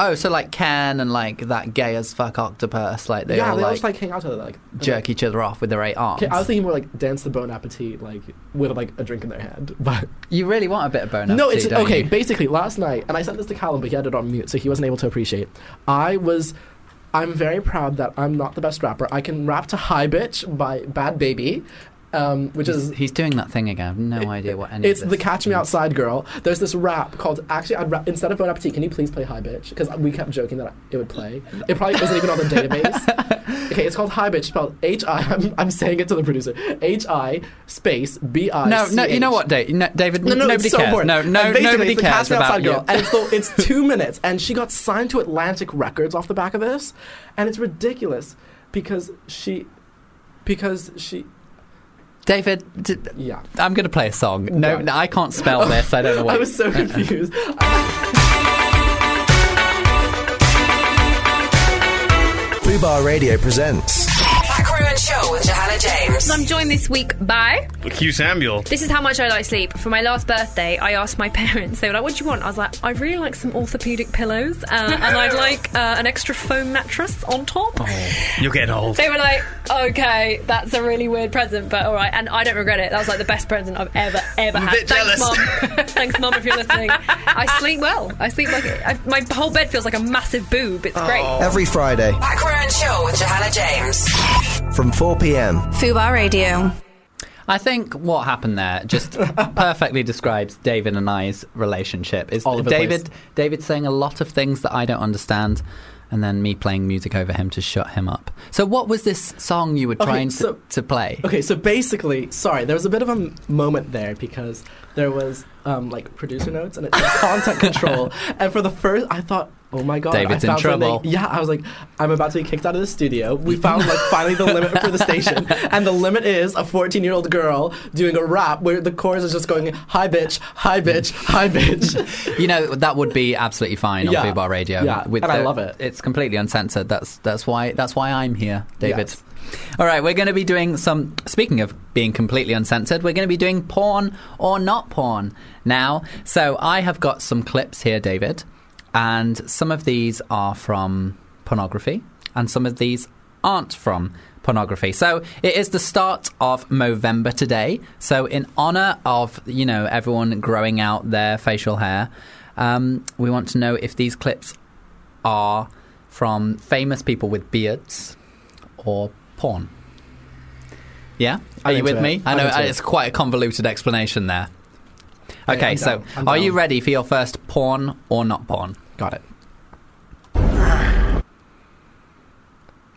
S1: Oh, so like Ken and like that gay as fuck octopus, like they
S4: yeah,
S1: all
S4: they all
S1: like,
S4: just like hang out together, like they're,
S1: jerk each other off with their eight arms.
S4: Like, okay, I was thinking more like dance the Bon Appetit, like with like a drink in their hand, but.
S1: you really want a bit of bone?
S4: No,
S1: apathy,
S4: it's
S1: don't
S4: okay.
S1: you?
S4: Basically, last night, and I sent this to Callum, but he had it on mute, so he wasn't able to appreciate. I was. I'm very proud that I'm not the best rapper. I can rap to "Hi Bitch" by Bad Baby, um, which is.
S1: He's doing that thing again. I have no idea what any.
S4: It's
S1: of
S4: the
S1: this
S4: Catch Me
S1: means.
S4: Outside girl. There's this rap called actually I'd rap, instead of Bon Appetit, can you please play Hi Bitch? Because we kept joking that it would play. It probably wasn't even on the database. Okay, it's called Hi Bitch, spelled H I. I'm, I'm saying it to the producer. H I space B I.
S1: No, no, you know what, Dave, no, David?
S4: No, no,
S1: nobody
S4: it's so
S1: cares.
S4: important.
S1: No, no,
S4: And basically,
S1: nobody
S4: it's the
S1: cares
S4: Cast Me
S1: about
S4: Outside
S1: you.
S4: girl, and it's, the, it's two minutes, and she got signed to Atlantic Records off the back of this, and it's ridiculous because she, because she,
S1: David, d-
S4: yeah.
S1: I'm going to play a song. No,
S4: Yeah. Oh,
S1: no, I can't spell this. I don't know what.
S4: I was so confused.
S2: Foo Bar Radio presents.
S8: Back Row and Show with Johanna James.
S9: I'm joined this week by.
S10: Hugh Samuel.
S9: This is how much I like sleep. For my last birthday, I asked my parents. They were like, "What do you want?" I was like, "I really like some orthopedic pillows, uh, and I'd like uh, an extra foam mattress on top."
S10: Oh, You're getting old.
S9: They were like, "Okay, that's a really weird present, but all right." And I don't regret it. That was like the best present I've ever, ever
S10: I'm a
S9: had.
S10: bit
S9: Thanks,
S10: jealous.
S9: mom. Thanks, mom, if you're listening. I sleep well. I sleep like I, my whole bed feels like a massive boob. It's great.
S2: Every Friday
S8: Back Row and Show with Johanna James.
S2: from 4 p.m.
S8: Fubar Radio.
S1: I think what happened there just perfectly describes David and I's relationship. Is
S4: All over the
S1: David David saying a lot of things that I don't understand, and then me playing music over him to shut him up. So, what was this song you were
S4: Okay,
S1: trying
S4: so-
S1: to, to play?
S4: Okay, so basically, sorry, there was a bit of a m- moment there because there was um, like producer notes and it said content control, and for the first, I thought oh my god,
S1: David's in
S4: I found something."
S1: trouble.
S4: Yeah, I was like, I'm about to be kicked out of the studio. We found like finally the limit for the station, and the limit is a 14 year old girl doing a rap where the chorus is just going, "Hi bitch, hi bitch, hi bitch."
S1: you know that would be absolutely fine on
S4: Yeah.
S1: Foo Bar Radio.
S4: Yeah, and I love it.
S1: It's completely uncensored. That's that's why that's why I'm here, David.
S4: Yes.
S1: All right, we're going to be doing some. Speaking of being completely uncensored, we're going to be doing porn or not porn now. So I have got some clips here, David, and some of these are from pornography, and some of these aren't from pornography. So it is the start of Movember today. So in honor of you know everyone growing out their facial hair, um, we want to know if these clips are from famous people with beards or porn. Yeah, are
S4: I'm
S1: you
S4: into
S1: with
S4: it.
S1: me? I
S4: I'm
S1: know
S4: into
S1: uh,
S4: it.
S1: it's quite a convoluted explanation there.
S4: Hey,
S1: Okay,
S4: I'm
S1: so
S4: down. I'm
S1: are you
S4: down.
S1: ready for your first porn or not porn?
S4: Got it.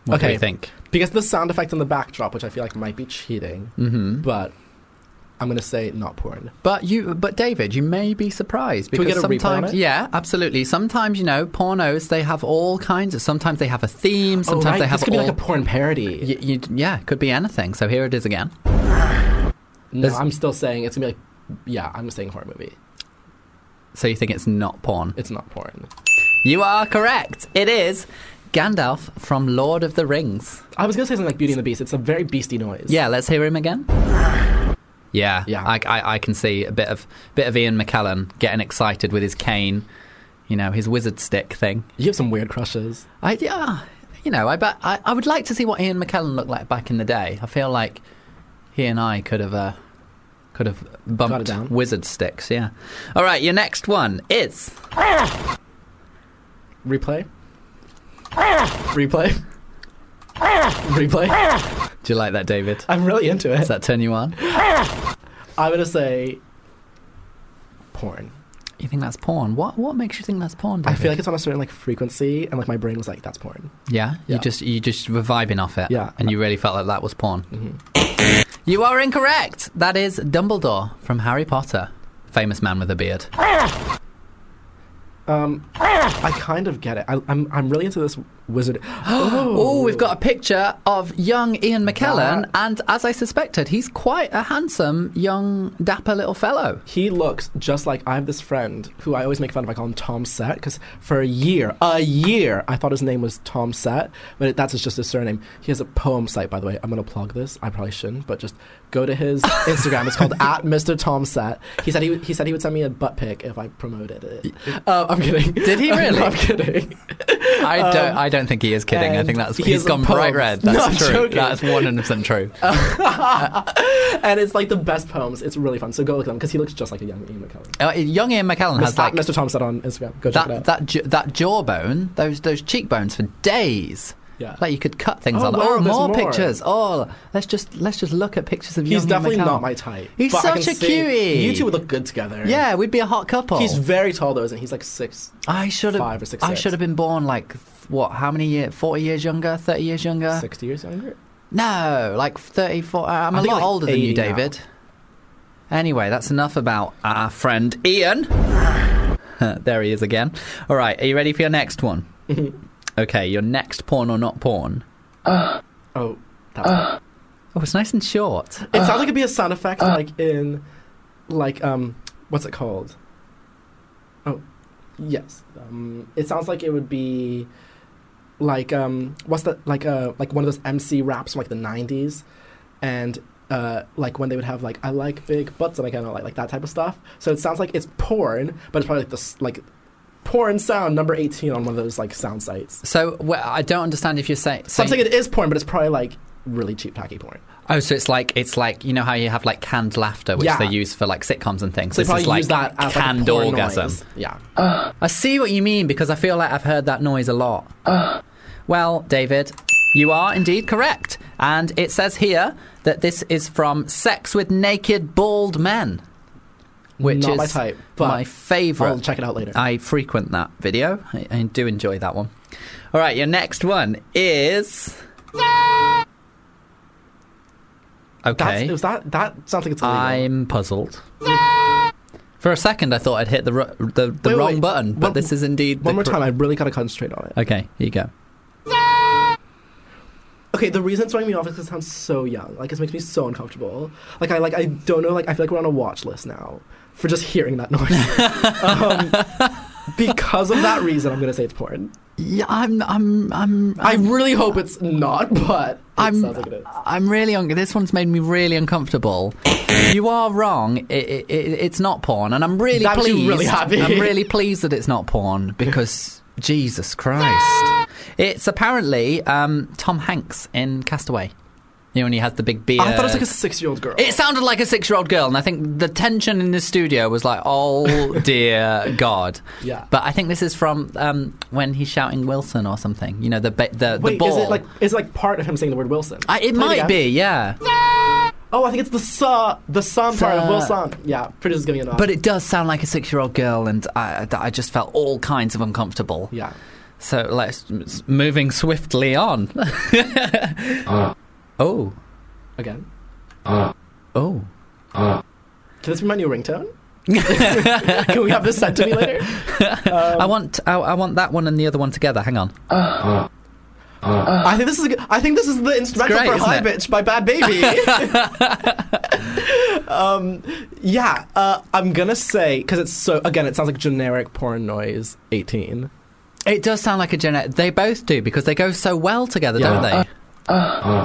S1: What do
S4: Okay.
S1: you think?
S4: Because the sound effect on the backdrop, which I feel like might be cheating,
S1: hmm
S4: but I'm gonna say not porn.
S1: But you, but David, you may be surprised
S4: Can we
S1: because
S4: get a replay on
S1: sometimes,
S4: it?
S1: yeah, absolutely. Sometimes you know, pornos they have all kinds of. Sometimes they have a theme. Sometimes
S4: oh, right.
S1: they have
S4: this could
S1: all.
S4: be like a porn parody.
S1: y- you- yeah, could be anything. So here it is again.
S4: No,
S1: There's-
S4: I'm still saying it's gonna be like, yeah, I'm saying horror movie.
S1: So you think it's not porn?
S4: It's not porn.
S1: You are correct. It is Gandalf from Lord of the Rings.
S4: I was gonna say something like Beauty and the Beast. It's a very beastie noise.
S1: Yeah, let's hear him again. Yeah,
S4: Yeah.
S1: I, I, I can see a bit of bit of Ian McKellen getting excited with his cane, you know, his wizard stick thing.
S4: You have some weird crushes.
S1: I yeah, you know, I bet I, I would like to see what Ian McKellen looked like back in the day. I feel like he and I could have uh, could have bumped
S4: down.
S1: wizard sticks. Yeah. All right, your next one is
S4: Replay. Replay. Replay.
S1: Do you like that, David?
S4: I'm really into
S1: Does
S4: it.
S1: that turn you on?
S4: I'm gonna say porn.
S1: You think that's porn? What what makes you think that's porn?
S4: I
S1: David?
S4: feel like it's on a certain like frequency, and like my brain was like, "That's porn."
S1: yeah,
S4: Yeah.
S1: you just you just were vibing off it.
S4: Yeah.
S1: and you really felt like that was porn.
S4: Mhm.
S1: You are incorrect. That is Dumbledore from Harry Potter, famous man with a beard.
S4: Um, I kind of get it. I, I'm I'm really into this wizard.
S1: Oh, we've got a picture of young Ian McKellen,
S4: That-
S1: and as I suspected, he's quite a handsome, young, dapper little fellow.
S4: He looks just like I have this friend who I always make fun of. I call him Tom Set because for a year, a year, I thought his name was Tom Set, but it, that's just his surname. He has a poem site, by the way. I'm gonna plug this. I probably shouldn't, but just go to his Instagram. It's called at Mr. Tom Set. He said he he said he would send me a butt pic if I promoted it. Uh, I'm kidding.
S1: Did he really?
S4: I'm kidding.
S1: I
S4: Um,
S1: don't. I don't think he is kidding. I
S4: and
S1: think that's
S4: he
S1: he's
S4: has
S1: gone
S4: a poem.
S1: bright red.
S4: No,
S1: That's
S4: I'm
S1: true.
S4: joking. Uh,
S1: That's one hundred percent true.
S4: and it's like the best poems. It's really fun. So go look at him because he looks just like a young Ian McKellen.
S1: Uh, young Ian McKellen has
S4: Miss-
S1: like
S4: at Mr. Tom Set on Instagram. Go check it
S1: that
S4: out.
S1: that ju- that jawbone, those those cheekbones for days.
S4: Yeah.
S1: Like you could cut things
S4: Oh,
S1: out.
S4: wow,
S1: oh,
S4: there's
S1: more,
S4: more.
S1: pictures. Oh, let's just let's just look at pictures of young
S4: He's
S1: Ian
S4: definitely
S1: McKellen.
S4: not my type.
S1: He's
S4: but I
S1: such
S4: can
S1: a
S4: see-
S1: cutie.
S4: You two would look good together.
S1: Yeah, we'd be a hot couple.
S4: He's very tall though, isn't he? He's like six.
S1: I should have.
S4: five or six
S1: I
S4: sets.
S1: should have been born like what? How many years? Forty years younger? Thirty years younger?
S4: Sixty years younger.
S1: No, like thirty-four. I'm
S4: I
S1: a
S4: think
S1: lot
S4: like
S1: older than you,
S4: 80 now.
S1: David. Anyway, that's enough about our friend Ian. there he is again. All right, are you ready for your next one? okay, your next porn or not porn?
S4: Oh, that's
S1: Oh, it's nice and short.
S4: it sounds like it'd be a sound effect like in, like um, what's it called? Oh, yes. Um, it sounds like it would be, like um, what's that? Like uh, like one of those MC raps from like the '90s, and. Uh, like when they would have like I like big butts and I kind of like like that type of stuff. So it sounds like it's porn, but it's probably like this like porn sound number eighteen on one of those like sound sites.
S1: So well, I don't understand if you're saying
S4: So I'm saying it is porn, but it's probably like really cheap tacky porn.
S1: Oh, so it's like it's like you know how you have like canned laughter, which
S4: Yeah.
S1: they use for like sitcoms and things.
S4: So they
S1: this
S4: probably
S1: is like
S4: use that as like, a
S1: canned
S4: porn
S1: orgasm.
S4: noise. Yeah.
S1: I see what you mean because I feel like I've heard that noise a lot. Well, David, you are indeed correct. And it says here that this is from Sex with Naked Bald Men, which
S4: Not
S1: is
S4: my type, but
S1: my favorite.
S4: I'll check it out later.
S1: I frequent that video. I, I do enjoy that one. All right, your next one is.
S4: That's,
S1: Okay.
S4: it was that that sounds like it's illegal.
S1: I'm puzzled. For a second, I thought I'd hit the ru- the, the
S4: Wait, wait,
S1: wrong
S4: wait.
S1: button, but
S4: One-
S1: this is indeed the
S4: One more
S1: cor-
S4: time, I really gotta concentrate on it.
S1: Okay, here you go.
S4: Okay, the reason it's throwing me off is because it sounds so young. Like it makes me so uncomfortable. Like I like I don't know. Like I feel like we're on a watch list now for just hearing that noise. um, because of that reason, I'm gonna say it's porn.
S1: Yeah, I'm, I'm, I'm,
S4: I really hope it's not, but it
S1: I'm-
S4: sounds like it is.
S1: I'm really un- this one's made me really uncomfortable. you are wrong. It, it, it, it's not porn, and I'm really
S4: That makes you
S1: pleased.
S4: really happy.
S1: I'm really pleased that it's not porn because Jesus Christ, it's apparently um, Tom Hanks in Castaway. You know when he has the big beard.
S4: I thought it was like a six-year-old girl.
S1: It sounded like a six-year-old girl, and I think the tension in the studio was like, "Oh dear God."
S4: Yeah.
S1: But I think this is from um, when he's shouting Wilson or something. You know the ba- the the
S4: Wait,
S1: ball.
S4: is it like is it like part of him saying the word Wilson?
S1: I, it
S4: Play
S1: might
S4: again.
S1: be, yeah.
S4: Oh, I think it's the sa the son part
S1: Sa.
S4: of Wilson. Yeah, producer's giving it off.
S1: But it does sound like a six-year-old girl, and I, I just felt all kinds of uncomfortable.
S4: yeah.
S1: So let's s- moving swiftly on. oh,
S4: Again.
S1: oh.
S4: Can this be my new ringtone? Can we have this sent to me later?
S1: I want I, I want that one and the other one together. Hang on.
S4: I think this is a good- I think this is the instrumental
S1: great,
S4: for
S1: isn't
S4: "Hi
S1: it?
S4: Bitch" by Bad Baby. um, yeah, uh, I'm gonna say because it's so again, it sounds like generic porn noise. 18.
S1: It does sound like a Gen They both do because they go so well together,
S4: Yeah.
S1: don't they?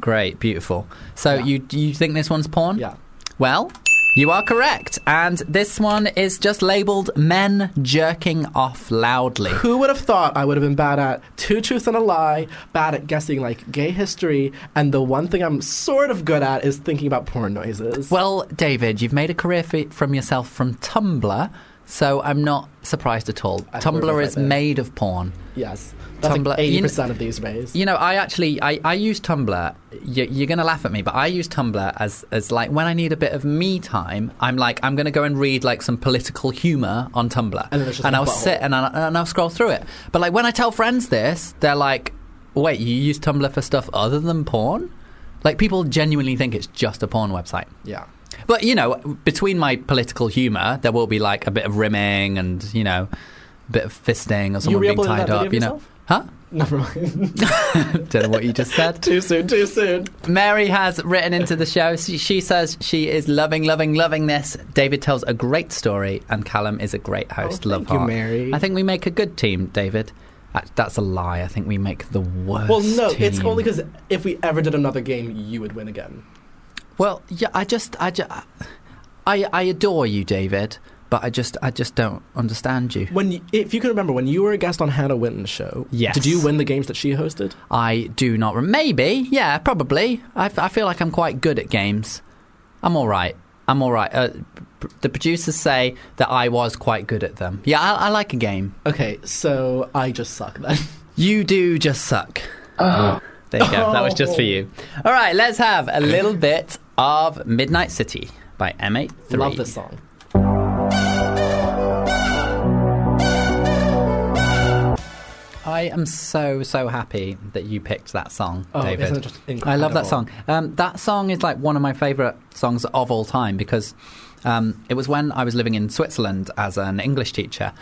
S1: Great, beautiful. So you you think this one's porn?
S4: Yeah.
S1: Well, you are correct, and this one is just labelled "men jerking off loudly."
S4: Who would have thought I would have been bad at two truths and a lie, bad at guessing like gay history, and the one thing I'm sort of good at is thinking about porn noises.
S1: Well, David, you've made a career fi- from yourself from Tumblr, so I'm not surprised at all.
S4: I think we're
S1: Tumblr
S4: both
S1: is
S4: right there.
S1: made of porn.
S4: yes, that's
S1: Tumblr-
S4: like
S1: you kn-
S4: 80% of these days.
S1: You know, I actually I, I use Tumblr. You, you're going to laugh at me, but I use Tumblr as as like when I need a bit of me time. I'm like I'm going to go and read like some political humor on Tumblr,
S4: And then it's just a
S1: I'll
S4: butthole.
S1: sit and, I, and I'll scroll through it. But like when I tell friends this, they're like, "Wait, you use Tumblr for stuff other than porn?" Like people genuinely think it's just a porn website.
S4: yeah.
S1: But you know, between my political humour, there will be like a bit of rimming and you know, a bit of fisting or someone being
S4: re-uploaded
S1: tied
S4: that video
S1: up.
S4: of
S1: You know,
S4: yourself?
S1: huh?
S4: Never mind.
S1: Don't know what you just said.
S4: too soon. Too soon.
S1: Mary has written into the show. She, she says she is loving, loving, loving this. David tells a great story, and Callum is a great host.
S4: Oh,
S1: Love
S4: thank you,
S1: heart.
S4: Mary.
S1: I think we make a good team, David. Uh, That's a lie. I think we make the worst.
S4: Well, no, it's
S1: team.
S4: only because if we ever did another game, you would win again.
S1: Well, yeah, I just, I, just, I, I adore you, David, but I just, I just don't understand you.
S4: When, you, if you can remember, when you were a guest on Hannah Winton's show,
S1: Yes.
S4: did you win the games that she hosted?
S1: I do not. Rem- Maybe, yeah, probably. I, f- I feel like I'm quite good at games. I'm all right. I'm all right. Uh, p- the producers say that I was quite good at them. Yeah, I, I like a game.
S4: Okay, so I just suck then.
S1: You do just suck. There you go. That was just for you. All right, let's have a little bit of Midnight City by M83.
S4: Love this song.
S1: I am so so happy that you picked that song,
S4: Oh,
S1: David.
S4: isn't it just
S1: I love that
S4: incredible?
S1: song. Um, that song is like one of my favorite songs of all time because um, it was when I was living in Switzerland as an English teacher,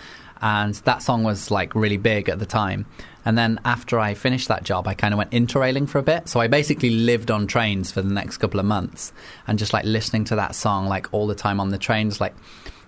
S1: and that song was like really big at the time. And then after I finished that job, I kind of went interrailing for a bit. So I basically lived on trains for the next couple of months and just like listening to that song like all the time on the trains, like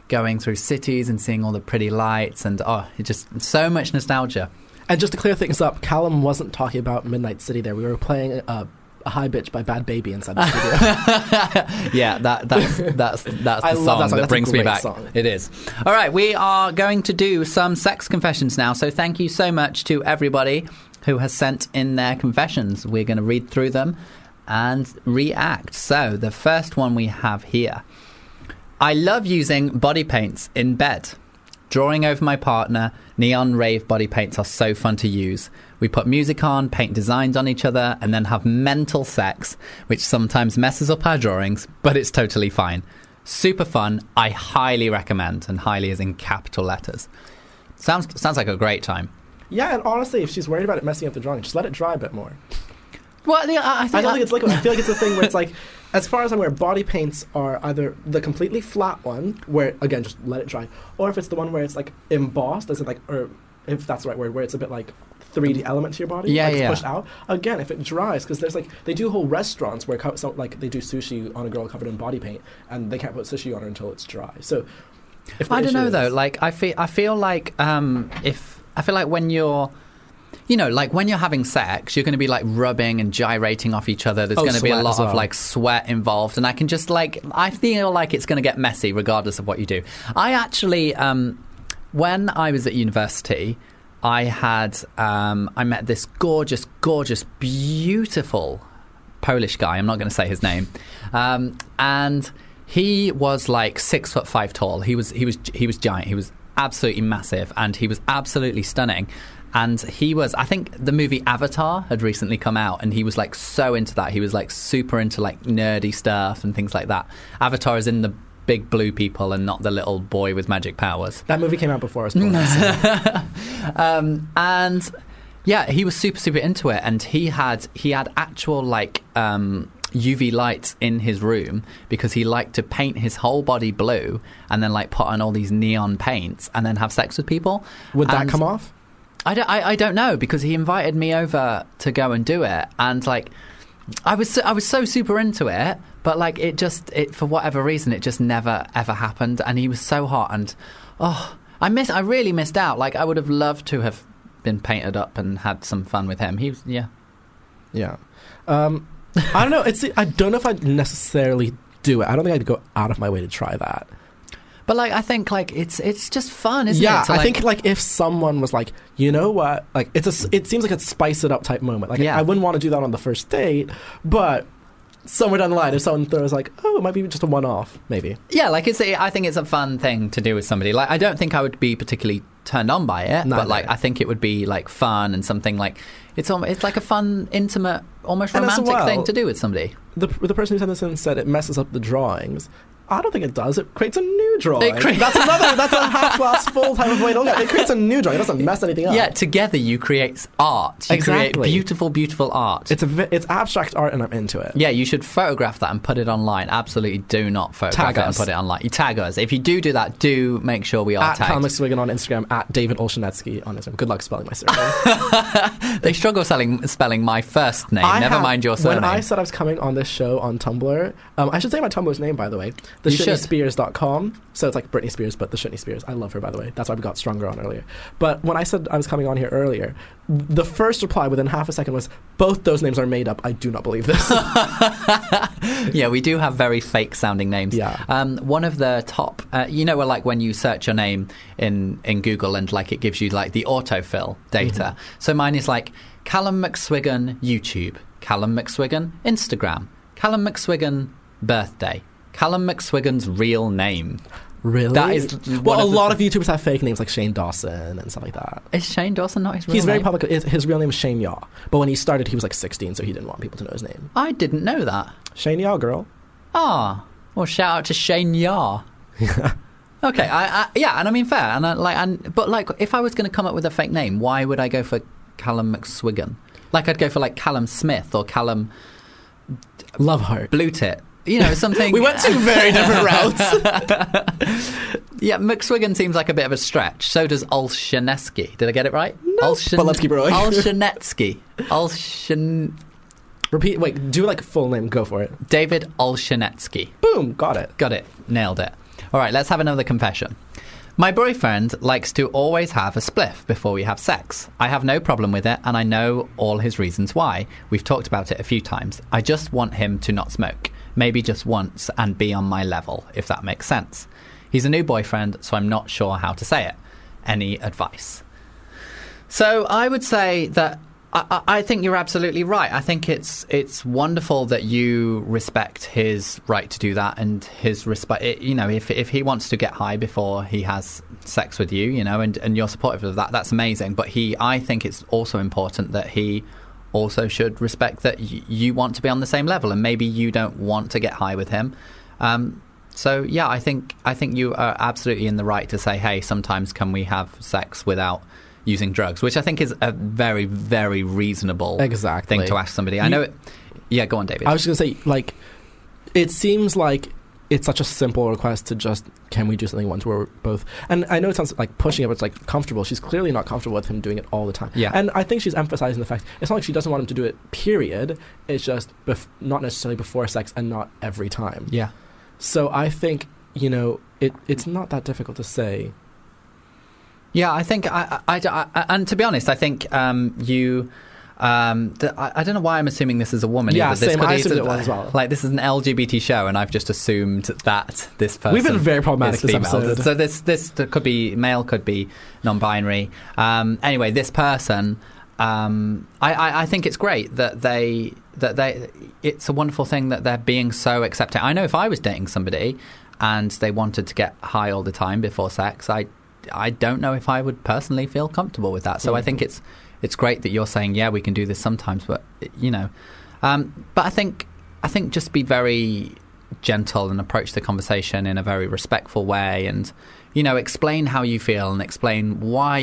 S1: going through cities and seeing all the pretty lights and oh, it just so much nostalgia.
S4: And just to clear things up, Callum wasn't talking about Midnight City there. We were playing uh, a High Bitch by Bad Baby inside the studio.
S1: yeah, that, that's that's that's the
S4: I
S1: song
S4: love
S1: that
S4: that song. That's a
S1: brings me
S4: great
S1: back.
S4: song.
S1: It is. All right, we are going to do some sex confessions now. So thank you so much to everybody who has sent in their confessions. We're going to read through them and react. So the first one we have here. I love using body paints in bed. Drawing over my partner, neon rave body paints are so fun to use. We put music on, paint designs on each other, and then have mental sex, which sometimes messes up our drawings, but it's totally fine. Super fun. I highly recommend, and highly is in capital letters. Sounds sounds like a great time.
S4: yeah, and honestly, if she's worried about it messing up the drawing, just let it dry a bit more.
S1: Well, I,
S4: I don't think it's like I feel like it's a thing where it's like As far as I'm aware, body paints are either the completely flat one, where again just let it dry, or if it's the one where it's like embossed, as in like, or if that's the right word, where it's a bit like 3D element to your body,
S1: Yeah,
S4: like it's
S1: yeah.
S4: pushed out. Again, if it dries, because there's like they do whole restaurants where co- so, like they do sushi on a girl covered in body paint, and they can't put sushi on her until it's dry. So, if the
S1: I don't
S4: issue
S1: know
S4: is-
S1: though. Like I feel, I feel like um, if I feel like when you're, you know, like when you're having sex, you're going to be like rubbing and gyrating off each other. There's
S4: Oh,
S1: going to be a
S4: sweat
S1: lot
S4: as
S1: of
S4: well.
S1: like sweat involved, and I can just like I feel like it's going to get messy regardless of what you do. I actually, um, when I was at university. I had um, I met this gorgeous, gorgeous, beautiful Polish guy. I'm not going to say his name, um, and he was like six foot five tall. He was he was he was giant. He was absolutely massive, and he was absolutely stunning. And he was, I think the movie Avatar had recently come out, and he was like so into that. He was like super into like nerdy stuff and things like that. Avatar is in the big blue people and not the little boy with magic powers.
S4: that movie came out before I was born. so-
S1: Um, and yeah, he was super super into it, and he had he had actual like um, UV lights in his room because he liked to paint his whole body blue and then like put on all these neon paints and then have sex with people.
S4: Would that
S1: And-
S4: come off?
S1: I don't, I, I don't know because he invited me over to go and do it, and like I was so, I was so super into it, but like it just it for whatever reason it just never ever happened, and he was so hot, and oh I miss I really missed out. Like I would have loved to have been painted up and had some fun with him. He was yeah.
S4: Yeah. Um, I don't know. It's I don't know if I'd necessarily do it. I don't think I'd go out of my way to try that.
S1: But like I think like it's it's just fun, isn't
S4: yeah,
S1: it? to,
S4: I
S1: like-
S4: think like if someone was like, you know what, like it's a, s- it seems like a spice it up type moment. Like
S1: Yeah.
S4: I wouldn't want to do that on the first date, but somewhere down the line, if someone throws like, oh, it might be just a one off, maybe.
S1: Yeah, like it's. A, I think it's a fun thing to do with somebody. Like, I don't think I would be particularly turned on by it,
S4: No,
S1: but
S4: no.
S1: like, I think it would be like fun and something like it's. al- It's like a fun, intimate, almost
S4: And as
S1: romantic
S4: well-
S1: thing to do with somebody.
S4: The p- the person who sent this in said it messes up the drawings. I don't think it does. It creates a new drawing.
S1: crea-
S4: that's another. That's a half-glass full type of way to look at it. It creates a new drawing. It doesn't mess anything up.
S1: Yeah, together you create art. You create
S4: Oh. Exactly.
S1: beautiful, beautiful art.
S4: it's a vi- it's abstract art, and I'm into it.
S1: yeah, you should photograph that and put it online. Absolutely, do not photograph
S4: Tag
S1: it and
S4: us.
S1: put it online. You tag us. If you do do that, do make sure we are
S4: at
S1: tagged.
S4: Tom McSwiggan on Instagram, at David Olshanetsky on Instagram. Good luck spelling my surname.
S1: They struggle selling, spelling my first name.
S4: I
S1: Never
S4: have-
S1: mind your surname.
S4: When I said I was coming on this show on Tumblr, um, I should say my Tumblr's name, by the way. The
S1: You should.
S4: Spears.com. So it's like Britney Spears, but the Shitney Spears. I love her, by the way. That's why we got stronger on earlier. But when I said I was coming on here earlier, the first reply within half a second was, both those names are made up. I do not believe this.
S1: yeah, we do have very fake sounding names.
S4: Yeah.
S1: Um, one of the top, uh, you know, where like when you search your name in, in Google and like it gives you like the autofill data. So mine is like Callum McSwiggan YouTube, Callum McSwiggan Instagram, Callum McSwiggan birthday, Callum McSwiggan's real name.
S4: really?
S1: That is one
S4: Well, a
S1: of the
S4: lot of YouTubers have fake names like Shane Dawson and stuff like that.
S1: Is Shane Dawson not his real
S4: He's very
S1: name?
S4: public. His, his real name is Shane Yaw. But when he started, he was like 16, so he didn't want people to know his name.
S1: I didn't know that.
S4: Shane Yaw, girl.
S1: Ah, well, shout out to Shane Yar. okay, I, I yeah, and I mean fair, and I, like, and but like, if I was going to come up with a fake name, why would I go for Callum McSwiggan? Like, I'd go for like Callum Smith or Callum
S4: Love heart.
S1: Blutit. You know, something.
S4: We went two very different routes.
S1: Yeah, McSwiggan seems like a bit of a stretch. So does Olshaneski. Did I get it right? No,
S4: but let's keep rolling.
S1: Olshanetsky. Olshan.
S4: Repeat. Wait. Do like full name. Go for it.
S1: David Olshanetsky.
S4: Boom. Got it.
S1: Got it. Nailed it. All right, let's have another confession. My boyfriend likes to always have a spliff before we have sex. I have no problem with it, and I know all his reasons why. We've talked about it a few times. I just want him to not smoke, maybe just once, and be on my level, if that makes sense. He's a new boyfriend, so I'm not sure how to say it. Any advice? So I would say that I, I- I think you're absolutely right. I think it's it's wonderful that you respect his right to do that and his respect. It, you know, if if he wants to get high before he has sex with you, you know, and and you're supportive of that, that's amazing. But he, I think it's also important that he also should respect that y- you want to be on the same level and maybe you don't want to get high with him. Um, so yeah, I think I think you are absolutely in the right to say, hey, sometimes can we have sex without using drugs? Which I think is a very very reasonable
S4: Exactly.
S1: thing to ask somebody. I
S4: You-
S1: know it. Yeah, go on, David.
S4: I was just gonna say like it seems like it's such a simple request to just can we do something once where we're both and I know it sounds like pushing it, but it's like comfortable. She's clearly not comfortable with him doing it all the time.
S1: Yeah.
S4: And I think she's emphasizing the fact it's not like she doesn't want him to do it. Period. It's just bef- not necessarily before sex and not every time.
S1: Yeah.
S4: So I think you know it. It's not that difficult to say.
S1: Yeah, I think I, I, I- I- and to be honest, I think um, you. Um, th- I, I don't know why I'm assuming this is a woman.
S4: Yeah,
S1: either. This
S4: same.
S1: be
S4: I
S1: sort
S4: assumed it
S1: of-
S4: was as well.
S1: Like this is an LGBT show, and I've just assumed that this person.
S4: We've been very problematic
S1: is
S4: this
S1: female.
S4: episode.
S1: So this this th- could be male, could be non-binary. Um, anyway, this person. Um, I, I, I think it's great that they that they. It's a wonderful thing that they're being so accepting. I know if I was dating somebody and they wanted to get high all the time before sex, I I don't know if I would personally feel comfortable with that. So I think it's it's great that you're saying yeah we can do this sometimes, but you know, um, but I think I think just be very gentle and approach the conversation in a very respectful way and you know explain how you feel and explain why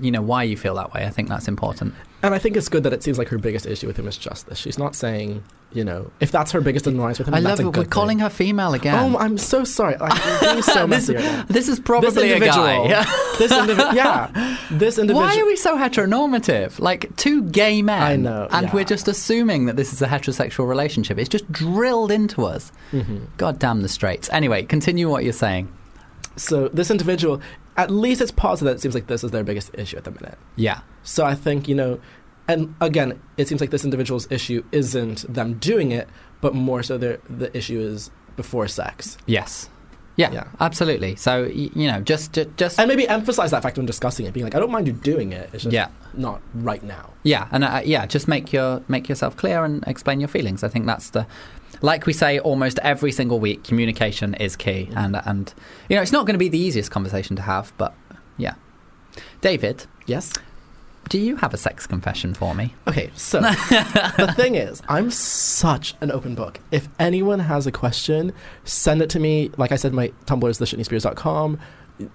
S1: you know why you feel that way i think that's important
S4: And I think it's good that it seems like her biggest issue with him is just this. She's not saying, you know, if that's her biggest annoyance with him,
S1: i love
S4: that's a
S1: it
S4: good
S1: we're
S4: thing.
S1: calling her female again
S4: Oh, I'm so sorry. Like, we're being so
S1: this,
S4: messy right now.
S1: this is probably
S4: this individual,
S1: a guy
S4: this individual, yeah, this individual.
S1: why are we so heteronormative like two gay men
S4: I know,
S1: and
S4: yeah.
S1: we're just assuming that this is a heterosexual relationship it's just drilled into us
S4: mm-hmm.
S1: god damn the straights anyway continue what you're saying
S4: So this individual, at least it's positive that it seems like this is their biggest issue at the minute.
S1: yeah
S4: So I think you know, and again, it seems like this individual's issue isn't them doing it, but more so their the issue is before sex,
S1: yes yeah,
S4: Yeah.
S1: absolutely so y- you know just ju- just
S4: and maybe emphasize that fact when discussing it, being like, I don't mind you doing it. It's just
S1: Yeah.
S4: not right now.
S1: Yeah, and uh, yeah, just make your make yourself clear and explain your feelings. I think that's the like we say almost every single week. Communication is key, and and you know it's not going to be the easiest conversation to have, but yeah. David,
S4: Yes.
S1: do you have a sex confession for me?
S4: Okay, so the thing is, I'm such an open book. If anyone has a question, send it to me. Like I said, my Tumblr is theshitneyspheres.com.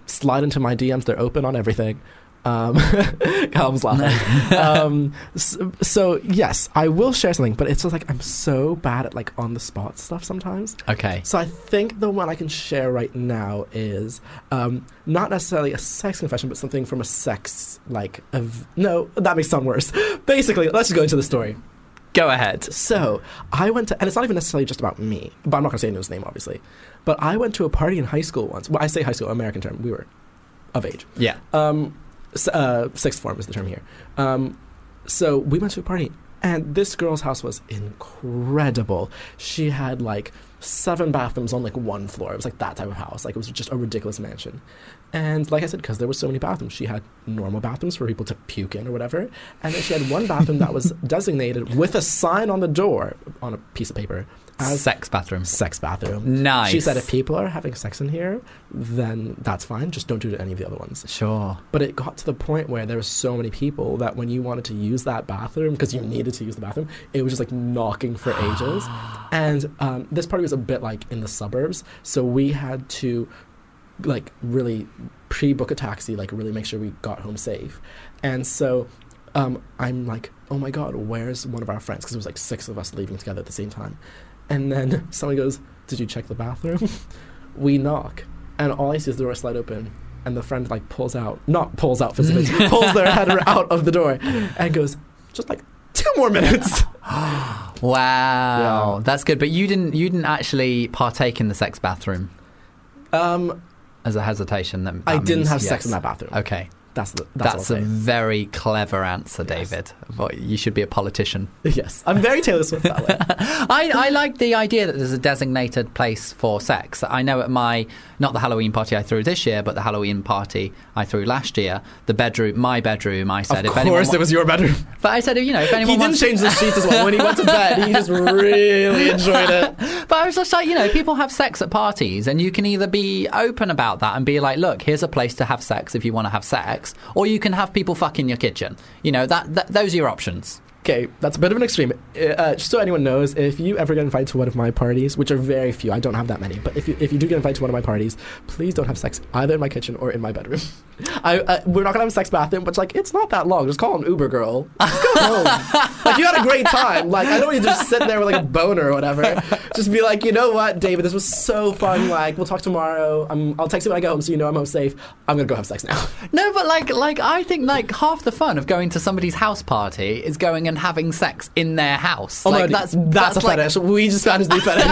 S4: Slide into my DMs, they're open on everything. Um, Calm's laughing. um, so, so, yes, I will share something, but it's just like I'm so bad at like on the spot stuff sometimes.
S1: Okay.
S4: So I think the one I can share right now is um, not necessarily a sex confession, but something from a sex like ev- no, that makes sound worse. Basically, let's just go into the story.
S1: Go ahead.
S4: So I went to, and it's not even necessarily just about me, but I'm not going to say anyone's name, obviously. But I went to a party in high school once. Well, I say high school, American term. We were of age.
S1: Yeah.
S4: Um, s- uh, sixth form is the term here. Um, so we went to a party, and this girl's house was incredible. She had like seven bathrooms on like one floor. It was like that type of house. Like it was just a ridiculous mansion. And like I said, because there were so many bathrooms, she had normal bathrooms for people to puke in or whatever. And then she had one bathroom that was designated with a sign on the door on a piece of paper as
S1: Sex bathroom.
S4: sex bathroom.
S1: Nice.
S4: She said if people are having sex in here, then that's fine. Just don't do it to any of the other ones.
S1: Sure.
S4: But it got to the point where there were so many people that when you wanted to use that bathroom, because you needed to use the bathroom, it was just like knocking for ages. And um, this party was a bit like in the suburbs, so we had to like really pre-book a taxi, like really make sure we got home safe. And so um, I'm like, oh my god, where's one of our friends? Because it was like six of us leaving together at the same time. And then someone goes, did you check the bathroom? we knock, and all I see is the door slide open. And the friend like pulls out, not pulls out physically, pulls their head out of the door, and goes, just like two more minutes.
S1: Wow,
S4: Yeah.
S1: that's good. But you didn't you didn't actually partake in the sex bathroom
S4: Um,
S1: as a hesitation. That,
S4: I
S1: that
S4: didn't
S1: means
S4: have sex
S1: yes.
S4: in that bathroom.
S1: Okay.
S4: That's the, that's,
S1: That's,
S4: all
S1: a
S4: I'll
S1: very clever answer, David. But You should be a politician.
S4: say. yes. I'm very Taylor Swift that way.
S1: I, I like the idea that there's a designated place for sex. I know at my not the Halloween party I threw this year, but the Halloween party I threw last year. The bedroom, my bedroom. I said,
S4: of
S1: if anyone,
S4: course,
S1: wa-
S4: it was your bedroom.
S1: but I said, you know, if
S4: He
S1: anyone
S4: didn't
S1: wants,
S4: change the sheets as well. When he went to bed, he just really enjoyed it.
S1: but I was just like, you know, people have sex at parties, and you can either be open about that and be like, look, here's a place to have sex if you want to have sex, or you can have people fuck in your kitchen. You know, that, that those are your options.
S4: Okay, that's a bit of an extreme. Uh, Uh, just so anyone knows, if you ever get invited to one of my parties, which are very few, I don't have that many, but if you, if you do get invited to one of my parties, please don't have sex either in my kitchen or in my bedroom. I, I, we're not gonna have a sex bathroom, but it's like it's not that long. Just call an Uber girl. Just go home. like you had a great time. Like I don't need to just sit there with like a boner or whatever. Just be like, you know what, David, this was so fun. Like we'll talk tomorrow. i I'll text you when I get home, so you know I'm home safe. I'm gonna go have sex now.
S1: No, but like, like I think like half the fun of going to somebody's house party is going and having sex in their house.
S4: Oh
S1: like,
S4: no, that's that's, a
S1: like-
S4: fetish. We just found his new fetish.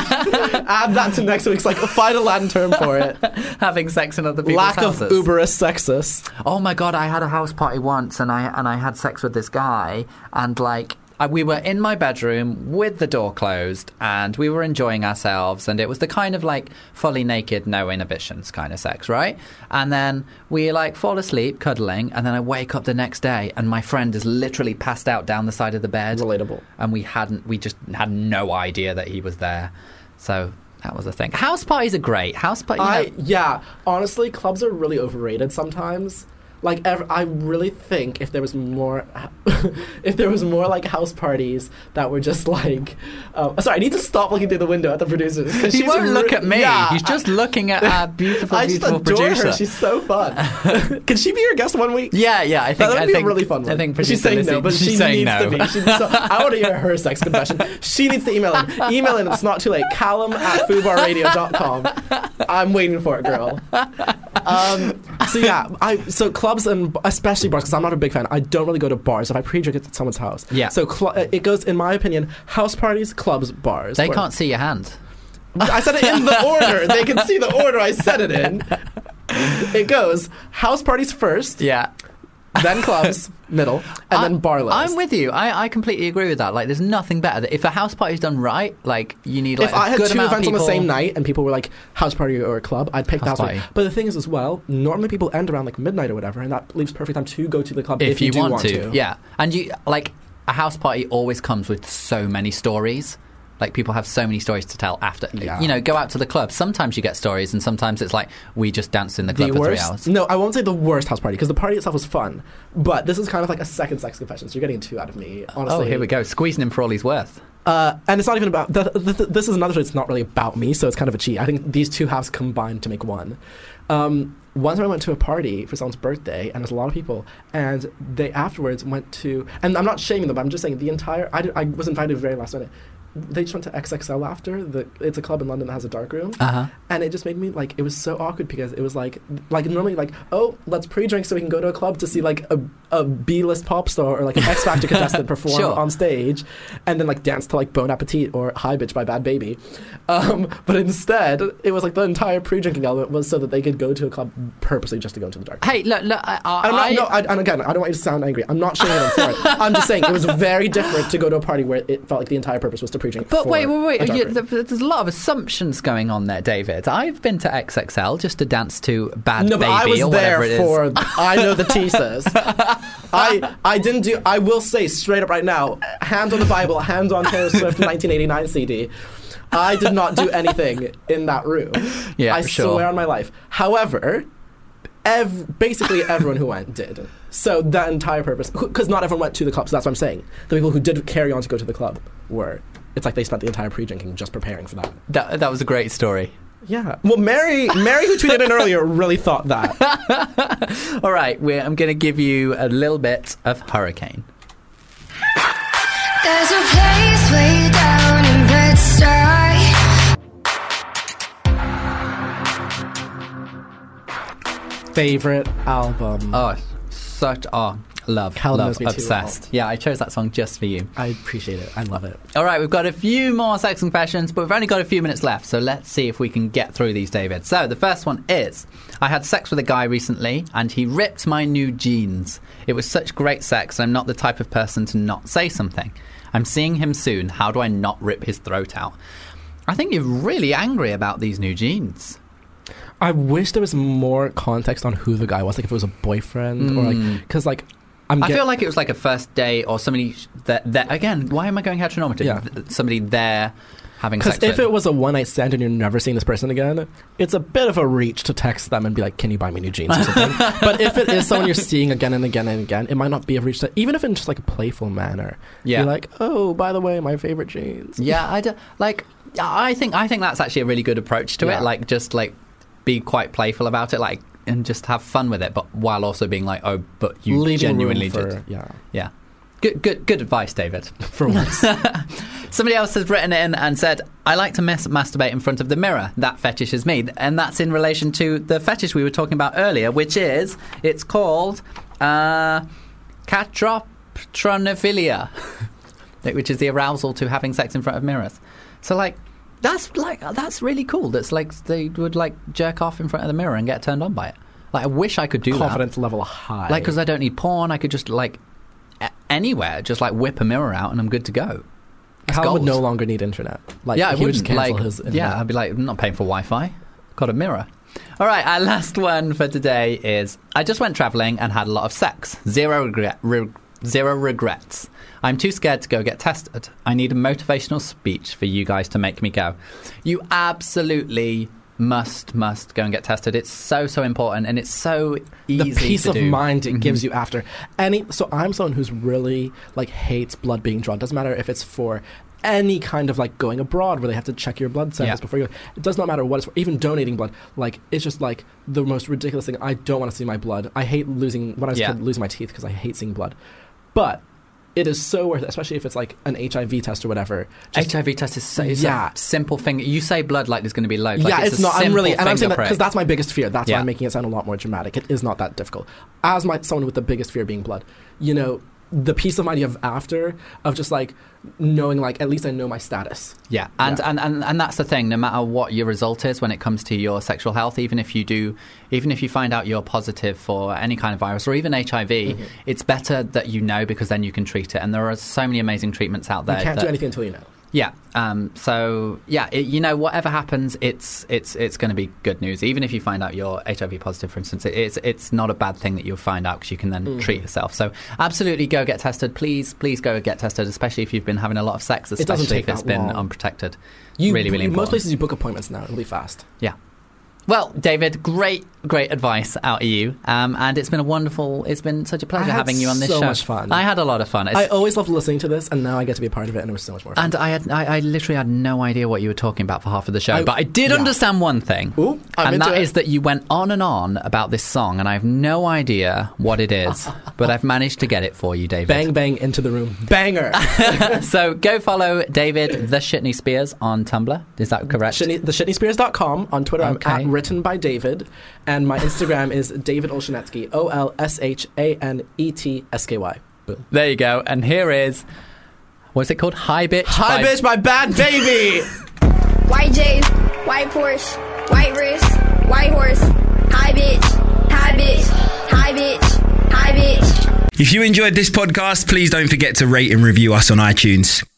S4: Add that to next week's like final Latin term for it.
S1: having sex in other people's
S4: Lack
S1: houses.
S4: of uberus sexus.
S1: Oh my god, I had a house party once and I and I had sex with this guy and like I, we were in my bedroom with the door closed and we were enjoying ourselves and it was the kind of like fully naked no inhibitions kind of sex, right? And then we like fall asleep cuddling and then I wake up the next day and my friend is literally passed out down the side of the bed.
S4: Relatable.
S1: And we hadn't we just had no idea that he was there. So that was a thing. House parties are great. House parties
S4: I yeah. Honestly, clubs are really overrated sometimes. Like ev- I really think if there was more, if there was more like house parties that were just like, um, sorry, I need to stop looking through the window at the producers because
S1: He won't look at me. He's just looking at our beautiful,
S4: I just
S1: beautiful
S4: adore
S1: producer.
S4: her. She's so fun. Can she be your guest one week?
S1: yeah, yeah. I think
S4: that would
S1: I
S4: be
S1: think,
S4: a really fun one.
S1: I think
S4: she's
S1: producer
S4: saying no,
S1: Lizzie-
S4: but
S1: she's
S4: she
S1: saying
S4: needs
S1: no.
S4: to be. She, so, I want to hear her sex confession. She needs to email in. Email in. It's not too late. Callum at foobarradio.com. I'm waiting for it, girl. Um, so yeah, I so clubs and especially bars because I'm not a big fan. I don't really go to bars. If I pre-drink, it's at someone's house.
S1: Yeah.
S4: So cl- uh, it goes, in my opinion, house parties, clubs, bars.
S1: they
S4: Or-
S1: can't see your hand.
S4: I said it in the order. They can see the order I said it in. It goes house parties first,
S1: Yeah.
S4: then clubs, middle, and then bar last.
S1: Uh, I'm with you. I, I completely agree with that. Like, there's nothing better. If a house party's done right, like you need like
S4: if
S1: a
S4: I had two
S1: good amount of
S4: events on the
S1: people-
S4: same night and people were like house party or a club, I'd pick the
S1: House
S4: house party.
S1: party.
S4: But the thing is, as well, normally people end around like midnight or whatever, and that leaves perfect time to go to the club
S1: if,
S4: if,
S1: you,
S4: do
S1: want, to. yeah. And you like a house party always comes with so many stories. Like people have so many stories to tell after.
S4: Yeah.
S1: You know, go out to the club. Sometimes you get stories, and sometimes it's like we just danced in the club
S4: The
S1: for
S4: worst?
S1: three hours.
S4: No, I won't say the worst house party because the party itself was fun. But this is kind of like a second sex confession. So you're getting two out of me. Honestly,
S1: Oh, here we go, squeezing him for all he's worth.
S4: Uh, and it's not even about. The, the, the- this is another thing. It's not really about me, so it's kind of a cheat. I think these two halves combined to make one. Um, one time I went to a party for someone's birthday, and there's a lot of people, and they afterwards went to. And I'm not shaming them, but I'm just saying the entire. I, did- I was invited very last minute. They just went to XXL after. The, it's a club in London that has a dark room
S1: Uh huh.
S4: and it just made me like it was so awkward because it was like like normally like oh let's pre-drink so we can go to a club to see like a, a b-list pop star or like an x factor contestant perform
S1: Sure.
S4: on stage and then like dance to like bon appetit or hi bitch by bad baby um, but instead it was like the entire pre-drinking element was so that they could go to a club purposely just to go into the dark
S1: Hey, look, look. I, I,
S4: I'm not,
S1: I-
S4: no, I, and again, I don't want you to sound angry. I'm not shaming them for it. I'm just saying it was very different to go to a party where it felt like the entire purpose was to pre-drink.
S1: But
S4: for
S1: wait, wait,
S4: a
S1: wait.
S4: dark
S1: You,
S4: room.
S1: th- there's a lot of assumptions going on there, David. I've been to XXL just to dance to Bad
S4: No,
S1: Baby
S4: but I was
S1: or
S4: there
S1: whatever it is.
S4: for. I know the thesis. I I didn't do. I will say straight up right now, hand on the Bible, hand on Taylor Swift 1989 CD. I did not do anything in that room.
S1: Yeah,
S4: I
S1: sure.
S4: swear on my life. However, ev- basically everyone who went did. So that entire purpose, because not everyone went to the club. So that's what I'm saying. The people who did carry on to go to the club were. It's like they spent the entire pre-drinking just preparing for that.
S1: That, that was a great story.
S4: Yeah. Well, Mary, Mary, who tweeted in earlier, really thought that.
S1: All right, we're, I'm going to give you a little bit of Hurricane.
S5: There's a place way down in Bed-Stuy
S4: favorite album.
S1: Oh, such oh, love,
S4: Callum
S1: love,
S4: knows me too
S1: obsessed.
S4: well.
S1: yeah, I chose that song just for you.
S4: I appreciate it. I love it.
S1: All right, we've got a few more sex confessions, but we've only got a few minutes left, so let's see if we can get through these, David. So the first one is I had sex with a guy recently, and he ripped my new jeans. It was such great sex, and I'm not the type of person to not say something. I'm seeing him soon. How do I not rip his throat out? I think you're really angry about these new jeans. Mm.
S4: I wish there was more context on who the guy was, like if it was a boyfriend or like because like I'm
S1: i
S4: get-
S1: feel like it was like a first day or somebody sh- that, that again. Why am I going heteronormative?
S4: Yeah.
S1: Th- Somebody there having
S4: Because
S1: sex.
S4: if
S1: with.
S4: it was a one night stand and you're never seeing this person again, it's a bit of a reach to text them and be like, "Can you buy me new jeans?" or something. but if it is someone you're seeing again and again and again, it might not be a reach to even if in just like a playful manner.
S1: Yeah.
S4: You're like, "Oh, by the way, my favorite jeans."
S1: yeah, I do, like. I think I think that's actually a really good approach to
S4: Yeah.
S1: it. Like just like be quite playful about it, like and just have fun with it, but while also being like, oh, but you
S4: Leaving room
S1: genuinely
S4: for-
S1: did.
S4: yeah.
S1: Yeah. Good, good, good advice, David.
S4: For once.
S1: Somebody else has written in and said, I like to mas- masturbate in front of the mirror. That fetish is me. And that's in relation to the fetish we were talking about earlier, which is, it's called uh, catroptronophilia, which is the arousal to having sex in front of mirrors. So, like, that's like that's really cool. That's like they would like jerk off in front of the mirror and get turned on by it. Like I wish I could do that.
S4: Confidence level high.
S1: Like, because I don't need porn, I could just like a- anywhere, just like whip a mirror out, and I'm good to go. It's
S4: Cal would
S1: gold.
S4: no longer need internet. Like,
S1: yeah, I
S4: he would just
S1: wouldn't
S4: cancel
S1: like.
S4: his. Internet.
S1: yeah, I'd be like, I'm not paying for Wi-Fi. Got a mirror. All right, our last one for today is: I just went traveling and had a lot of sex. Zero regret. Re- Zero regrets. I'm too scared to go get tested. I need a motivational speech for you guys to make me go. You absolutely must, must go and get tested. It's so, so important and it's so
S4: the
S1: easy.
S4: peace
S1: to
S4: of
S1: do. Mm-hmm.
S4: mind it gives you after any so i'm someone who's really like hates blood being drawn doesn't matter if it's for any kind of like going abroad where they have to check your blood samples
S1: Yeah.
S4: before you go it does not matter what it's for even donating blood like it's just like the most ridiculous thing i don't want to see my blood i hate losing when i was a
S1: Yeah.
S4: kid losing my teeth because i hate seeing blood but it is so worth it especially if it's like an hiv test or whatever Just-
S1: HIV test is so it's
S4: Yeah.
S1: a simple thing. You say blood like there's going to be loads. Like,
S4: yeah, it's,
S1: a
S4: not. I'm
S1: simple
S4: really, and I'm
S1: finger
S4: saying that because
S1: prick.
S4: that's my biggest fear. That's why
S1: Yeah.
S4: I'm making it sound a lot more dramatic. It is not that difficult. As my someone with the biggest fear being blood, you know, the peace of mind you have after of just like knowing, like at least I know my status.
S1: Yeah, and,
S4: Yeah.
S1: And, and and that's the thing. No matter what your result is when it comes to your sexual health, even if you do, even if you find out you're positive for any kind of virus or even HIV,
S4: Mm-hmm.
S1: it's better that you know because then you can treat it. And there are so many amazing treatments out there.
S4: you can't
S1: that-
S4: do anything until you know.
S1: Yeah. Um, so yeah, it, you know, whatever happens, it's it's it's going to be good news. Even if you find out you're HIV positive, for instance, it, it's it's not a bad thing that you'll find out because you can then
S4: Mm.
S1: treat yourself. So absolutely, go get tested. Please, please go get tested, especially if you've been having a lot of sex,
S4: doesn't
S1: especially
S4: take
S1: if it's
S4: that
S1: been
S4: long.
S1: unprotected.
S4: You
S1: really, really important.
S4: most places you book appointments now really fast.
S1: Yeah. Well, David, great, great advice out of you, um, and it's been a wonderful. It's been such a pleasure
S4: had
S1: having you on this
S4: so
S1: show.
S4: much fun.
S1: I had a lot of fun. It's-
S4: I always loved listening to this, and now I get to be a part of it, and it was so much more fun.
S1: and I had, I, I literally had no idea what you were talking about for half of the show,
S4: I-
S1: but I did
S4: yeah.
S1: understand one thing,
S4: Ooh, I'm
S1: and
S4: into
S1: that is
S4: it.
S1: that you went on and on about this song, and I have no idea what it is, but I've managed to get it for you, David.
S4: bang bang into the room, banger.
S1: so go follow David the Shitney Spears on Tumblr. Is that correct?
S4: Shitney, the shitneyspears.com. On Twitter, I'm
S1: Okay.
S4: at written by David. And my Instagram is David Olshanetsky, O L S H A N E T S K Y. Boom.
S1: There you go. And here is what's it called? Hi bitch.
S4: Hi,
S1: by-
S4: bitch, my bad baby!
S11: White J's, white Porsche, white wrist, white horse. Hi bitch, hi bitch, hi bitch, hi bitch.
S12: If you enjoyed this podcast, please don't forget to rate and review us on iTunes.